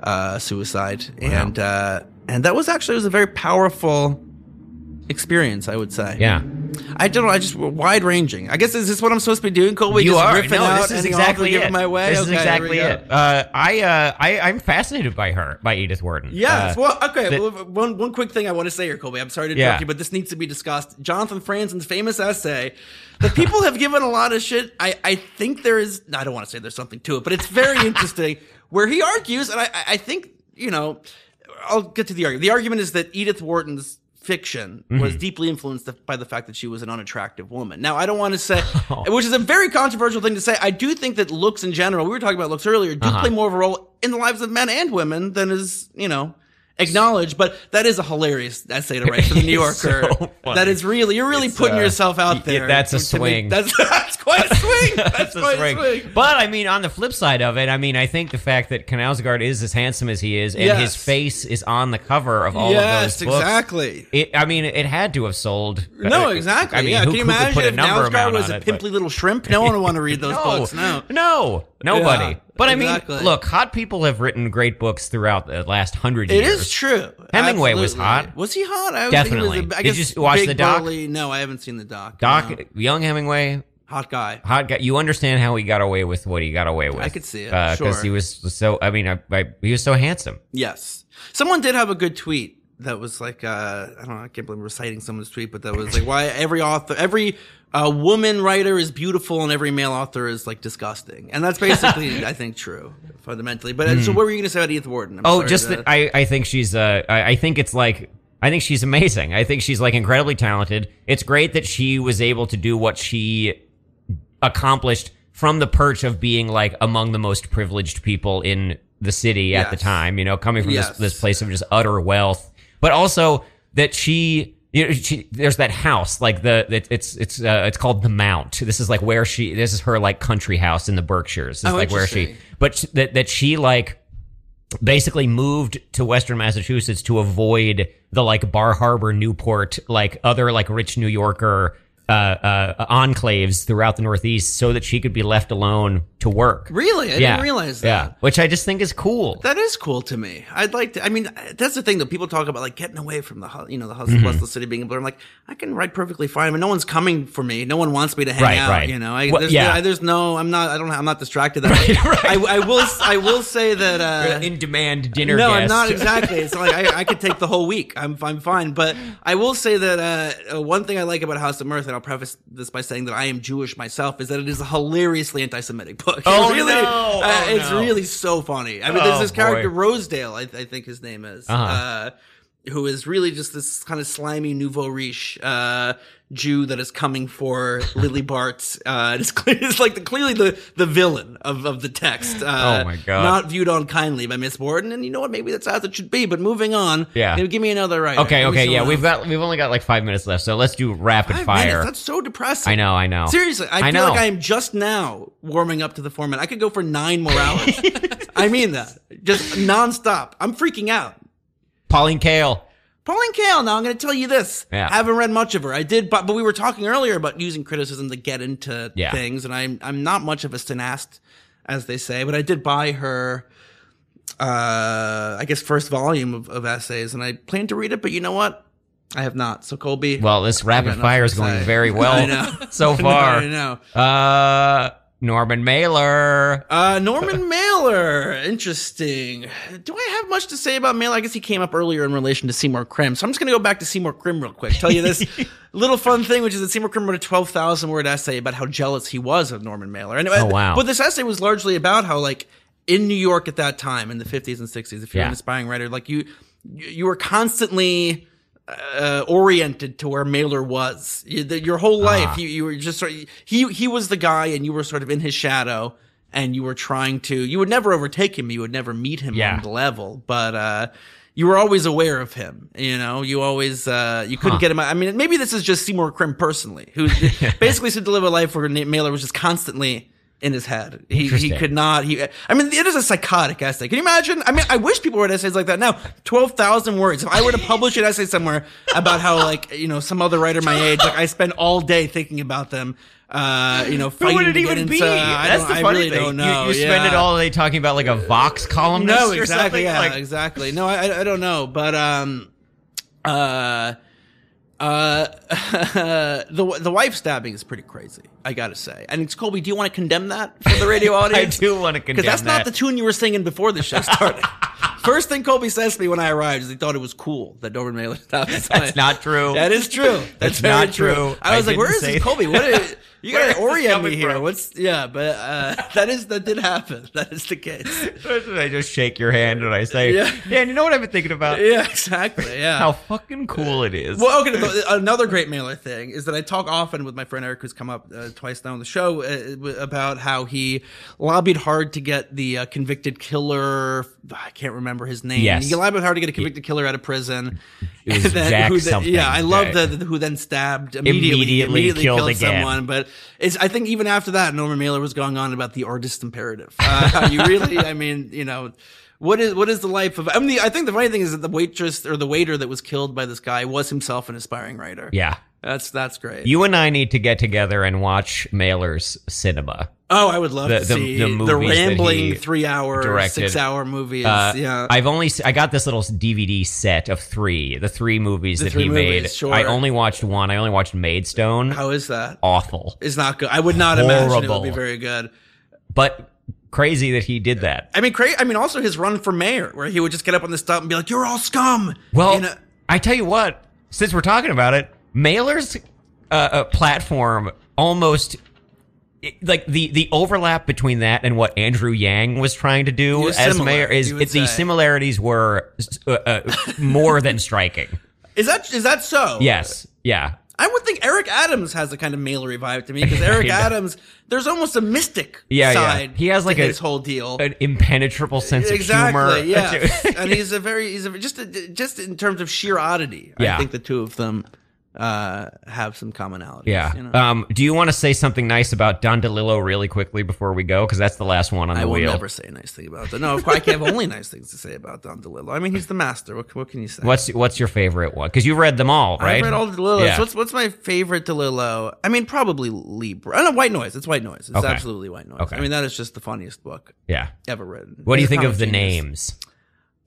[SPEAKER 2] uh, suicide. And uh, and that was actually it was a very powerful experience, I would say.
[SPEAKER 1] yeah.
[SPEAKER 2] I don't know, I just wide ranging. I guess is this what I'm supposed to be doing, Colby?
[SPEAKER 1] you
[SPEAKER 2] just
[SPEAKER 1] are.
[SPEAKER 2] riffing
[SPEAKER 1] No,
[SPEAKER 2] out
[SPEAKER 1] this is
[SPEAKER 2] any author
[SPEAKER 1] exactly
[SPEAKER 2] giving
[SPEAKER 1] it.
[SPEAKER 2] My way?
[SPEAKER 1] This
[SPEAKER 2] Okay,
[SPEAKER 1] is
[SPEAKER 2] here we
[SPEAKER 1] exactly
[SPEAKER 2] go.
[SPEAKER 1] it. Uh, I, uh, I, I'm fascinated by her, by Edith Wharton.
[SPEAKER 2] Yes.
[SPEAKER 1] Uh,
[SPEAKER 2] well, okay.
[SPEAKER 1] that-
[SPEAKER 2] well, one one quick thing I want to say here, Colby. I'm sorry to
[SPEAKER 1] Yeah.
[SPEAKER 2] interrupt you, but this needs to be discussed. Jonathan Franzen's famous essay that people have given a lot of shit. I, I think there is. I don't want to say there's something to it, but it's very interesting where he argues, and I I- I think you know, I'll get to the argument. The argument is that Edith Wharton's fiction was deeply influenced by the fact that she was an unattractive woman. Now, I don't want to say, which is a very controversial thing to say. I do think that looks in general, we were talking about looks earlier, do play more of a role in the lives of men and women than is, you know, acknowledge, but that is a hilarious essay to write for the New
[SPEAKER 1] It's so
[SPEAKER 2] Yorker.
[SPEAKER 1] funny.
[SPEAKER 2] that is really you're really
[SPEAKER 1] It's,
[SPEAKER 2] putting
[SPEAKER 1] uh,
[SPEAKER 2] yourself
[SPEAKER 1] y-
[SPEAKER 2] out there.
[SPEAKER 1] that's a
[SPEAKER 2] to- to make-
[SPEAKER 1] swing.
[SPEAKER 2] that's that's quite a swing. That's,
[SPEAKER 1] a
[SPEAKER 2] quite
[SPEAKER 1] swing.
[SPEAKER 2] a swing.
[SPEAKER 1] But I mean, on the flip side of it, I mean, I think the fact that Knausgaard is as handsome as he is, and his
[SPEAKER 2] Yes.
[SPEAKER 1] face is on the cover of all of
[SPEAKER 2] yes,
[SPEAKER 1] those books.
[SPEAKER 2] exactly.
[SPEAKER 1] It, I mean, it had to have sold.
[SPEAKER 2] No,
[SPEAKER 1] Uh,
[SPEAKER 2] exactly.
[SPEAKER 1] I mean,
[SPEAKER 2] yeah,
[SPEAKER 1] who,
[SPEAKER 2] can you
[SPEAKER 1] who could
[SPEAKER 2] imagine
[SPEAKER 1] put a
[SPEAKER 2] if
[SPEAKER 1] number
[SPEAKER 2] Nalsgaard
[SPEAKER 1] amount
[SPEAKER 2] was
[SPEAKER 1] on
[SPEAKER 2] a
[SPEAKER 1] it, but-
[SPEAKER 2] pimply little shrimp? No one would want to read those
[SPEAKER 1] no,
[SPEAKER 2] books. No.
[SPEAKER 1] no, nobody.
[SPEAKER 2] Yeah,
[SPEAKER 1] but I mean,
[SPEAKER 2] exactly.
[SPEAKER 1] look, hot people have written great books throughout the last hundred
[SPEAKER 2] It
[SPEAKER 1] years.
[SPEAKER 2] is true.
[SPEAKER 1] Hemingway was
[SPEAKER 2] Absolutely.
[SPEAKER 1] hot.
[SPEAKER 2] Was he hot? I
[SPEAKER 1] Definitely.
[SPEAKER 2] Think he was a, I
[SPEAKER 1] Did you
[SPEAKER 2] guess
[SPEAKER 1] s- watch
[SPEAKER 2] big
[SPEAKER 1] the doc?
[SPEAKER 2] burly- No, I haven't seen the doc.
[SPEAKER 1] Doc,
[SPEAKER 2] no.
[SPEAKER 1] young Hemingway,
[SPEAKER 2] hot guy.
[SPEAKER 1] hot guy. You understand how he got away with what he got away with.
[SPEAKER 2] I could see it,
[SPEAKER 1] because
[SPEAKER 2] sure.
[SPEAKER 1] he was so. I mean, I, I, he was so handsome.
[SPEAKER 2] Yes. Someone did have a good tweet that was like, uh, I don't know, I can't believe I'm reciting someone's tweet, but that was like, why every author, every uh, woman writer is beautiful and every male author is like disgusting. And that's basically, I think, true fundamentally. But uh, so what were you going to say about Edith Wharton? I'm
[SPEAKER 1] Hmm. Oh,
[SPEAKER 2] sorry uh,
[SPEAKER 1] just
[SPEAKER 2] to-
[SPEAKER 1] that I, I think she's uh I, I think it's like I think she's amazing. I think she's like incredibly talented. It's great that she was able to do what she accomplished from the perch of being like among the most privileged people in the city at the
[SPEAKER 2] Yes.
[SPEAKER 1] time, you know, coming from
[SPEAKER 2] Yes.
[SPEAKER 1] this this place of just utter wealth. But also that she you know, she, there's that house, like the it, it's it's uh, it's called the Mount. This is like where she, this is her like country house in the Berkshires. This is
[SPEAKER 2] Oh,
[SPEAKER 1] like where she,
[SPEAKER 2] interesting.
[SPEAKER 1] but sh- that that she like basically moved to western massachusetts to avoid the like bar harbor newport like other like rich new yorker uh, uh, enclaves throughout the Northeast, so that she could be left alone to work.
[SPEAKER 2] Really? I didn't realize that.
[SPEAKER 1] Yeah, which I just think is cool.
[SPEAKER 2] That is cool to me. I'd like to. I mean, that's the thing that people talk about, like getting away from the, hu- you know, the hustle,
[SPEAKER 1] Mm-hmm.
[SPEAKER 2] bustle city, being able. I'm like, I can write perfectly fine, but no one's coming for me. No one wants me to hang
[SPEAKER 1] Right,
[SPEAKER 2] out.
[SPEAKER 1] right.
[SPEAKER 2] You know, I,
[SPEAKER 1] Well,
[SPEAKER 2] there's,
[SPEAKER 1] yeah.
[SPEAKER 2] I, there's no. I'm not. I don't. I'm not distracted. That way. I, I will. I will say that. Uh,
[SPEAKER 1] In demand dinner.
[SPEAKER 2] no, I'm
[SPEAKER 1] guest.
[SPEAKER 2] not exactly. It's like I, I could take the whole week. I'm I'm fine, but I will say that uh, uh, one thing I like about House of Mirth, and I'll preface this by saying that I am Jewish myself, is that it is a hilariously anti-Semitic book. It's
[SPEAKER 1] Oh,
[SPEAKER 2] really,
[SPEAKER 1] no.
[SPEAKER 2] uh,
[SPEAKER 1] Oh,
[SPEAKER 2] it's
[SPEAKER 1] no.
[SPEAKER 2] really so funny. I mean, there's
[SPEAKER 1] Oh,
[SPEAKER 2] this character
[SPEAKER 1] boy.
[SPEAKER 2] Rosedale, I, I think his name is. uh
[SPEAKER 1] Uh-huh.
[SPEAKER 2] who is really just this kind of slimy nouveau riche uh, Jew that is coming for Lily Bart? Uh, it's, clear, it's like the, clearly the the villain of, of the text. Uh,
[SPEAKER 1] Oh, my God.
[SPEAKER 2] Not viewed unkindly by Miss Borden, and you know what? Maybe that's how it should be. But moving on,
[SPEAKER 1] Yeah.
[SPEAKER 2] Give me another right.
[SPEAKER 1] okay, okay, yeah. We've got we've only got like five minutes left, so let's do rapid fire.
[SPEAKER 2] that's so depressing.
[SPEAKER 1] I know, I know.
[SPEAKER 2] Seriously, I,
[SPEAKER 1] I
[SPEAKER 2] feel
[SPEAKER 1] know.
[SPEAKER 2] like I am just now warming up to the format. I could go for nine more hours. I mean that just nonstop. I'm freaking out.
[SPEAKER 1] Pauline Kael.
[SPEAKER 2] Pauline Kael. Now I'm going to tell you this.
[SPEAKER 1] Yeah.
[SPEAKER 2] Haven't read much of her. I did, but but we were talking earlier about using criticism to get into
[SPEAKER 1] Yeah.
[SPEAKER 2] things, and I'm I'm not much of a cineast, as they say, but I did buy her. Uh, I guess first volume of, of essays, and I plan to read it. But you know what? I have not. So Colby,
[SPEAKER 1] Well, this rapid
[SPEAKER 2] nothing
[SPEAKER 1] fire
[SPEAKER 2] to
[SPEAKER 1] is going
[SPEAKER 2] say.
[SPEAKER 1] very
[SPEAKER 2] I
[SPEAKER 1] well
[SPEAKER 2] know.
[SPEAKER 1] so far.
[SPEAKER 2] I know.
[SPEAKER 1] Uh, Norman Mailer.
[SPEAKER 2] Uh, Norman Mailer, interesting. Do I have much to say about Mailer? I guess he came up earlier in relation to Seymour Crim, so I'm just going to go back to Seymour Crim real quick. Tell you this little fun thing, which is that Seymour Crim wrote a 12,000 word essay about how jealous he was of Norman Mailer. And,
[SPEAKER 1] Oh, wow.
[SPEAKER 2] But this essay was largely about how, like, in New York at that time, in the 50s and 60s, if you're
[SPEAKER 1] Yeah.
[SPEAKER 2] an aspiring writer, like you, you you were constantly uh, oriented to where Mailer was. You, the, your whole
[SPEAKER 1] Ah.
[SPEAKER 2] life, you, you were just sort of, he he was the guy, and you were sort of in his shadow, and you were trying to. You would never overtake him. You would never meet him
[SPEAKER 1] Yeah.
[SPEAKER 2] on the level, but. uh you were always aware of him, you know. You always uh, you couldn't
[SPEAKER 1] Huh.
[SPEAKER 2] get him. out. I mean, maybe this is just Seymour Crim personally, who basically seemed to live a life where Na- Mailer was just constantly in his head. He, he
[SPEAKER 1] Interesting.
[SPEAKER 2] could not. He, I mean, it is a psychotic essay. Can you imagine? I mean, I wish people read essays like that now. Twelve thousand words. If I were to publish an essay somewhere about how, like, you know, some other writer my age, like, I spend all day thinking about them. Uh, you
[SPEAKER 1] Who
[SPEAKER 2] know, fighting
[SPEAKER 1] would it
[SPEAKER 2] to get
[SPEAKER 1] even
[SPEAKER 2] into-
[SPEAKER 1] be?
[SPEAKER 2] I
[SPEAKER 1] That's
[SPEAKER 2] don't-
[SPEAKER 1] the
[SPEAKER 2] I
[SPEAKER 1] funny
[SPEAKER 2] really
[SPEAKER 1] thing.
[SPEAKER 2] Don't
[SPEAKER 1] You-
[SPEAKER 2] know.
[SPEAKER 1] You, spend it
[SPEAKER 2] Yeah.
[SPEAKER 1] all day talking about like a Vox columnist
[SPEAKER 2] No,
[SPEAKER 1] or something.
[SPEAKER 2] exactly. Yeah,
[SPEAKER 1] like,
[SPEAKER 2] exactly. No, I, I- I don't know, but um, uh, uh, the the wife stabbing is pretty crazy. I gotta say, and it's Colby. Do you want to condemn that for the radio
[SPEAKER 1] I
[SPEAKER 2] audience?
[SPEAKER 1] do want to condemn
[SPEAKER 2] because that's
[SPEAKER 1] that.
[SPEAKER 2] not the tune you were singing before the show started. First thing Colby says to me when I arrived is he thought it was cool that Norman Mailer stopped.
[SPEAKER 1] That's not true.
[SPEAKER 2] That is true.
[SPEAKER 1] That's
[SPEAKER 2] That's very
[SPEAKER 1] not
[SPEAKER 2] true.
[SPEAKER 1] true.
[SPEAKER 2] I was
[SPEAKER 1] I
[SPEAKER 2] like, "Where
[SPEAKER 1] didn't
[SPEAKER 2] is
[SPEAKER 1] say
[SPEAKER 2] this Colby? What is?" You
[SPEAKER 1] Where is
[SPEAKER 2] gotta
[SPEAKER 1] this
[SPEAKER 2] orient me
[SPEAKER 1] coming
[SPEAKER 2] here.
[SPEAKER 1] from?
[SPEAKER 2] What's yeah, but uh, that is that did happen. That is the case.
[SPEAKER 1] I just shake your hand and I say,
[SPEAKER 2] Yeah.
[SPEAKER 1] Dan, you know what I've been thinking about?
[SPEAKER 2] Yeah, exactly. Yeah.
[SPEAKER 1] How fucking cool it is.
[SPEAKER 2] Well, okay. but Another great mailer thing is that I talk often with my friend Eric, who's come up uh, twice now on the show, uh, w- about how he lobbied hard to get the uh, convicted killer. I can't remember his name.
[SPEAKER 1] Yes.
[SPEAKER 2] He lobbied hard to get a convicted killer out of prison.
[SPEAKER 1] It was
[SPEAKER 2] And then
[SPEAKER 1] Jack
[SPEAKER 2] who the-
[SPEAKER 1] something,
[SPEAKER 2] Yeah, I love
[SPEAKER 1] right.
[SPEAKER 2] the, the- who then stabbed immediately.
[SPEAKER 1] Immediately killed again.
[SPEAKER 2] someone. But it's, I think even after that, Norman Mailer was going on about the artist imperative. Uh, how you really, I mean, you know. What is what is the life of? I mean, the, I think the funny thing is that the waitress or the waiter that was killed by this guy was himself an aspiring writer.
[SPEAKER 1] yeah.
[SPEAKER 2] that's that's great.
[SPEAKER 1] You and I need to get together and watch Mailer's cinema.
[SPEAKER 2] oh, I would love
[SPEAKER 1] The-
[SPEAKER 2] to
[SPEAKER 1] the-
[SPEAKER 2] see
[SPEAKER 1] the
[SPEAKER 2] the,
[SPEAKER 1] movies that he
[SPEAKER 2] rambling three hour,
[SPEAKER 1] directed.
[SPEAKER 2] six hour movies.
[SPEAKER 1] Uh,
[SPEAKER 2] yeah,
[SPEAKER 1] I've only se- I got this little DVD set of three, the three movies
[SPEAKER 2] The
[SPEAKER 1] that
[SPEAKER 2] three
[SPEAKER 1] he
[SPEAKER 2] movies,
[SPEAKER 1] made.
[SPEAKER 2] sure.
[SPEAKER 1] I only watched one. I only watched Maidstone.
[SPEAKER 2] how is that?
[SPEAKER 1] Awful,
[SPEAKER 2] It's not good. I would not imagine it would be
[SPEAKER 1] Horrible.
[SPEAKER 2] very good.
[SPEAKER 1] but crazy that he did that.
[SPEAKER 2] I mean, cra I mean, also his run for mayor, where he would just get up on the stump and be like, "You're all scum."
[SPEAKER 1] Well,
[SPEAKER 2] You know-
[SPEAKER 1] I tell you what. Since we're talking about it, Mailer's uh, uh, platform almost it- like the the overlap between that and what Andrew Yang was trying to do
[SPEAKER 2] You're
[SPEAKER 1] as
[SPEAKER 2] similar,
[SPEAKER 1] mayor is
[SPEAKER 2] you would
[SPEAKER 1] it, the
[SPEAKER 2] say.
[SPEAKER 1] similarities were uh, uh, more than striking.
[SPEAKER 2] is that is that so?
[SPEAKER 1] Yes. Yeah.
[SPEAKER 2] I would think Eric Adams has a kind of mailery vibe to me because Eric
[SPEAKER 1] Yeah.
[SPEAKER 2] Adams, there's almost a mystic
[SPEAKER 1] Yeah, yeah.
[SPEAKER 2] side.
[SPEAKER 1] He has, like,
[SPEAKER 2] to
[SPEAKER 1] a-
[SPEAKER 2] his whole deal.
[SPEAKER 1] an impenetrable sense of humor.
[SPEAKER 2] exactly. Yeah, and he's a very he's a, just a, just in terms of sheer oddity.
[SPEAKER 1] Yeah.
[SPEAKER 2] I think the two of them uh, have some commonalities.
[SPEAKER 1] yeah.
[SPEAKER 2] you know?
[SPEAKER 1] Um, do you want to say something nice about Don DeLillo really quickly before we go? Because that's the last one on the
[SPEAKER 2] I will
[SPEAKER 1] wheel.
[SPEAKER 2] never say a nice thing about that. No, of course I can have only nice things to say about Don DeLillo. I mean, he's the master. What, what can you say?
[SPEAKER 1] What's what's your favorite one? Because you read them all, right?
[SPEAKER 2] I've read all the Delillos.
[SPEAKER 1] Yeah.
[SPEAKER 2] What's what's my favorite Delillo? I mean, probably Libra. Oh, no, White Noise. It's White Noise. It's
[SPEAKER 1] Okay.
[SPEAKER 2] absolutely White Noise.
[SPEAKER 1] Okay.
[SPEAKER 2] I mean, that is just the funniest book
[SPEAKER 1] yeah.
[SPEAKER 2] ever written.
[SPEAKER 1] What do you
[SPEAKER 2] He's
[SPEAKER 1] think
[SPEAKER 2] a
[SPEAKER 1] of
[SPEAKER 2] comic
[SPEAKER 1] the
[SPEAKER 2] genius.
[SPEAKER 1] names?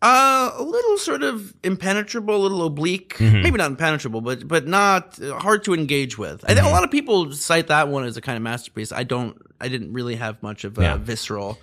[SPEAKER 2] Uh, a little sort of impenetrable, a little oblique.
[SPEAKER 1] Mm-hmm.
[SPEAKER 2] Maybe not impenetrable, but but not uh, hard to engage with. I
[SPEAKER 1] Mm-hmm.
[SPEAKER 2] think a lot of people cite that one as a kind of masterpiece. I don't. I didn't really have much of a
[SPEAKER 1] Yeah.
[SPEAKER 2] visceral.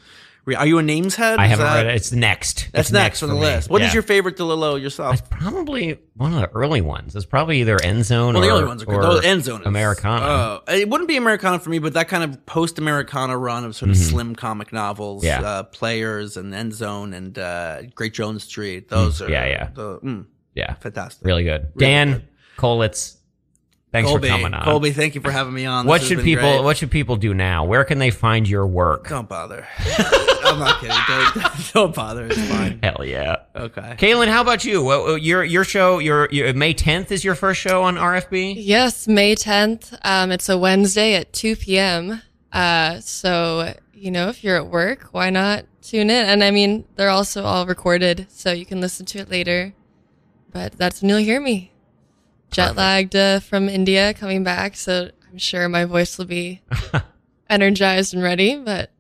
[SPEAKER 2] Re- Are you a names head?
[SPEAKER 1] I
[SPEAKER 2] Is
[SPEAKER 1] haven't
[SPEAKER 2] that-
[SPEAKER 1] read it. It's next.
[SPEAKER 2] That's
[SPEAKER 1] It's
[SPEAKER 2] next, on the
[SPEAKER 1] for me.
[SPEAKER 2] list. What is
[SPEAKER 1] Yeah.
[SPEAKER 2] your favorite Delillo yourself?
[SPEAKER 1] Probably one of the early ones. It's probably either End Zone
[SPEAKER 2] Well,
[SPEAKER 1] or,
[SPEAKER 2] the early ones are
[SPEAKER 1] or
[SPEAKER 2] good. Those end zone is-
[SPEAKER 1] Americana.
[SPEAKER 2] Oh, it wouldn't be Americana for me, but that kind of post Americana run of sort of slim comic novels,
[SPEAKER 1] Mm-hmm. Yeah.
[SPEAKER 2] uh, players and end zone and uh, Great Jones Street. Those are
[SPEAKER 1] Mm, yeah, yeah.
[SPEAKER 2] the- mm,
[SPEAKER 1] yeah.
[SPEAKER 2] fantastic.
[SPEAKER 1] Really good.
[SPEAKER 2] Really
[SPEAKER 1] Dan
[SPEAKER 2] good.
[SPEAKER 1] Kolitz, thanks
[SPEAKER 2] Colby,
[SPEAKER 1] for coming on.
[SPEAKER 2] Colby, thank you for having me on. This
[SPEAKER 1] what
[SPEAKER 2] has
[SPEAKER 1] should
[SPEAKER 2] been
[SPEAKER 1] people
[SPEAKER 2] great.
[SPEAKER 1] What should people do now? Where can they find your work?
[SPEAKER 2] Don't bother. I'm not kidding. Don't, don't bother. It's fine.
[SPEAKER 1] Hell yeah.
[SPEAKER 2] Okay.
[SPEAKER 1] Kaylin, how about you? Well, uh, your your show, your, your May tenth is your first show on RFB.
[SPEAKER 3] Yes, May 10th. Um, it's a Wednesday at 2 p.m. Uh, so, you know, if you're at work, why not tune in? And I mean, they're also all recorded, so you can listen to it later. But that's when you'll hear me. Jet
[SPEAKER 1] Perfect.
[SPEAKER 3] lagged uh, from India coming back, so I'm sure my voice will be energized and ready. But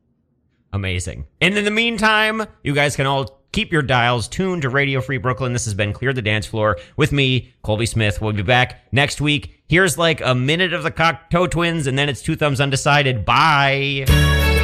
[SPEAKER 1] Amazing. And in the meantime, you guys can all keep your dials tuned to Radio Free Brooklyn. This has been Clear the Dance Floor with me, Colby Smith. We'll be back next week. Here's like a minute of the Cocteau Twins, and then it's Two Thumbs Undecided. Bye.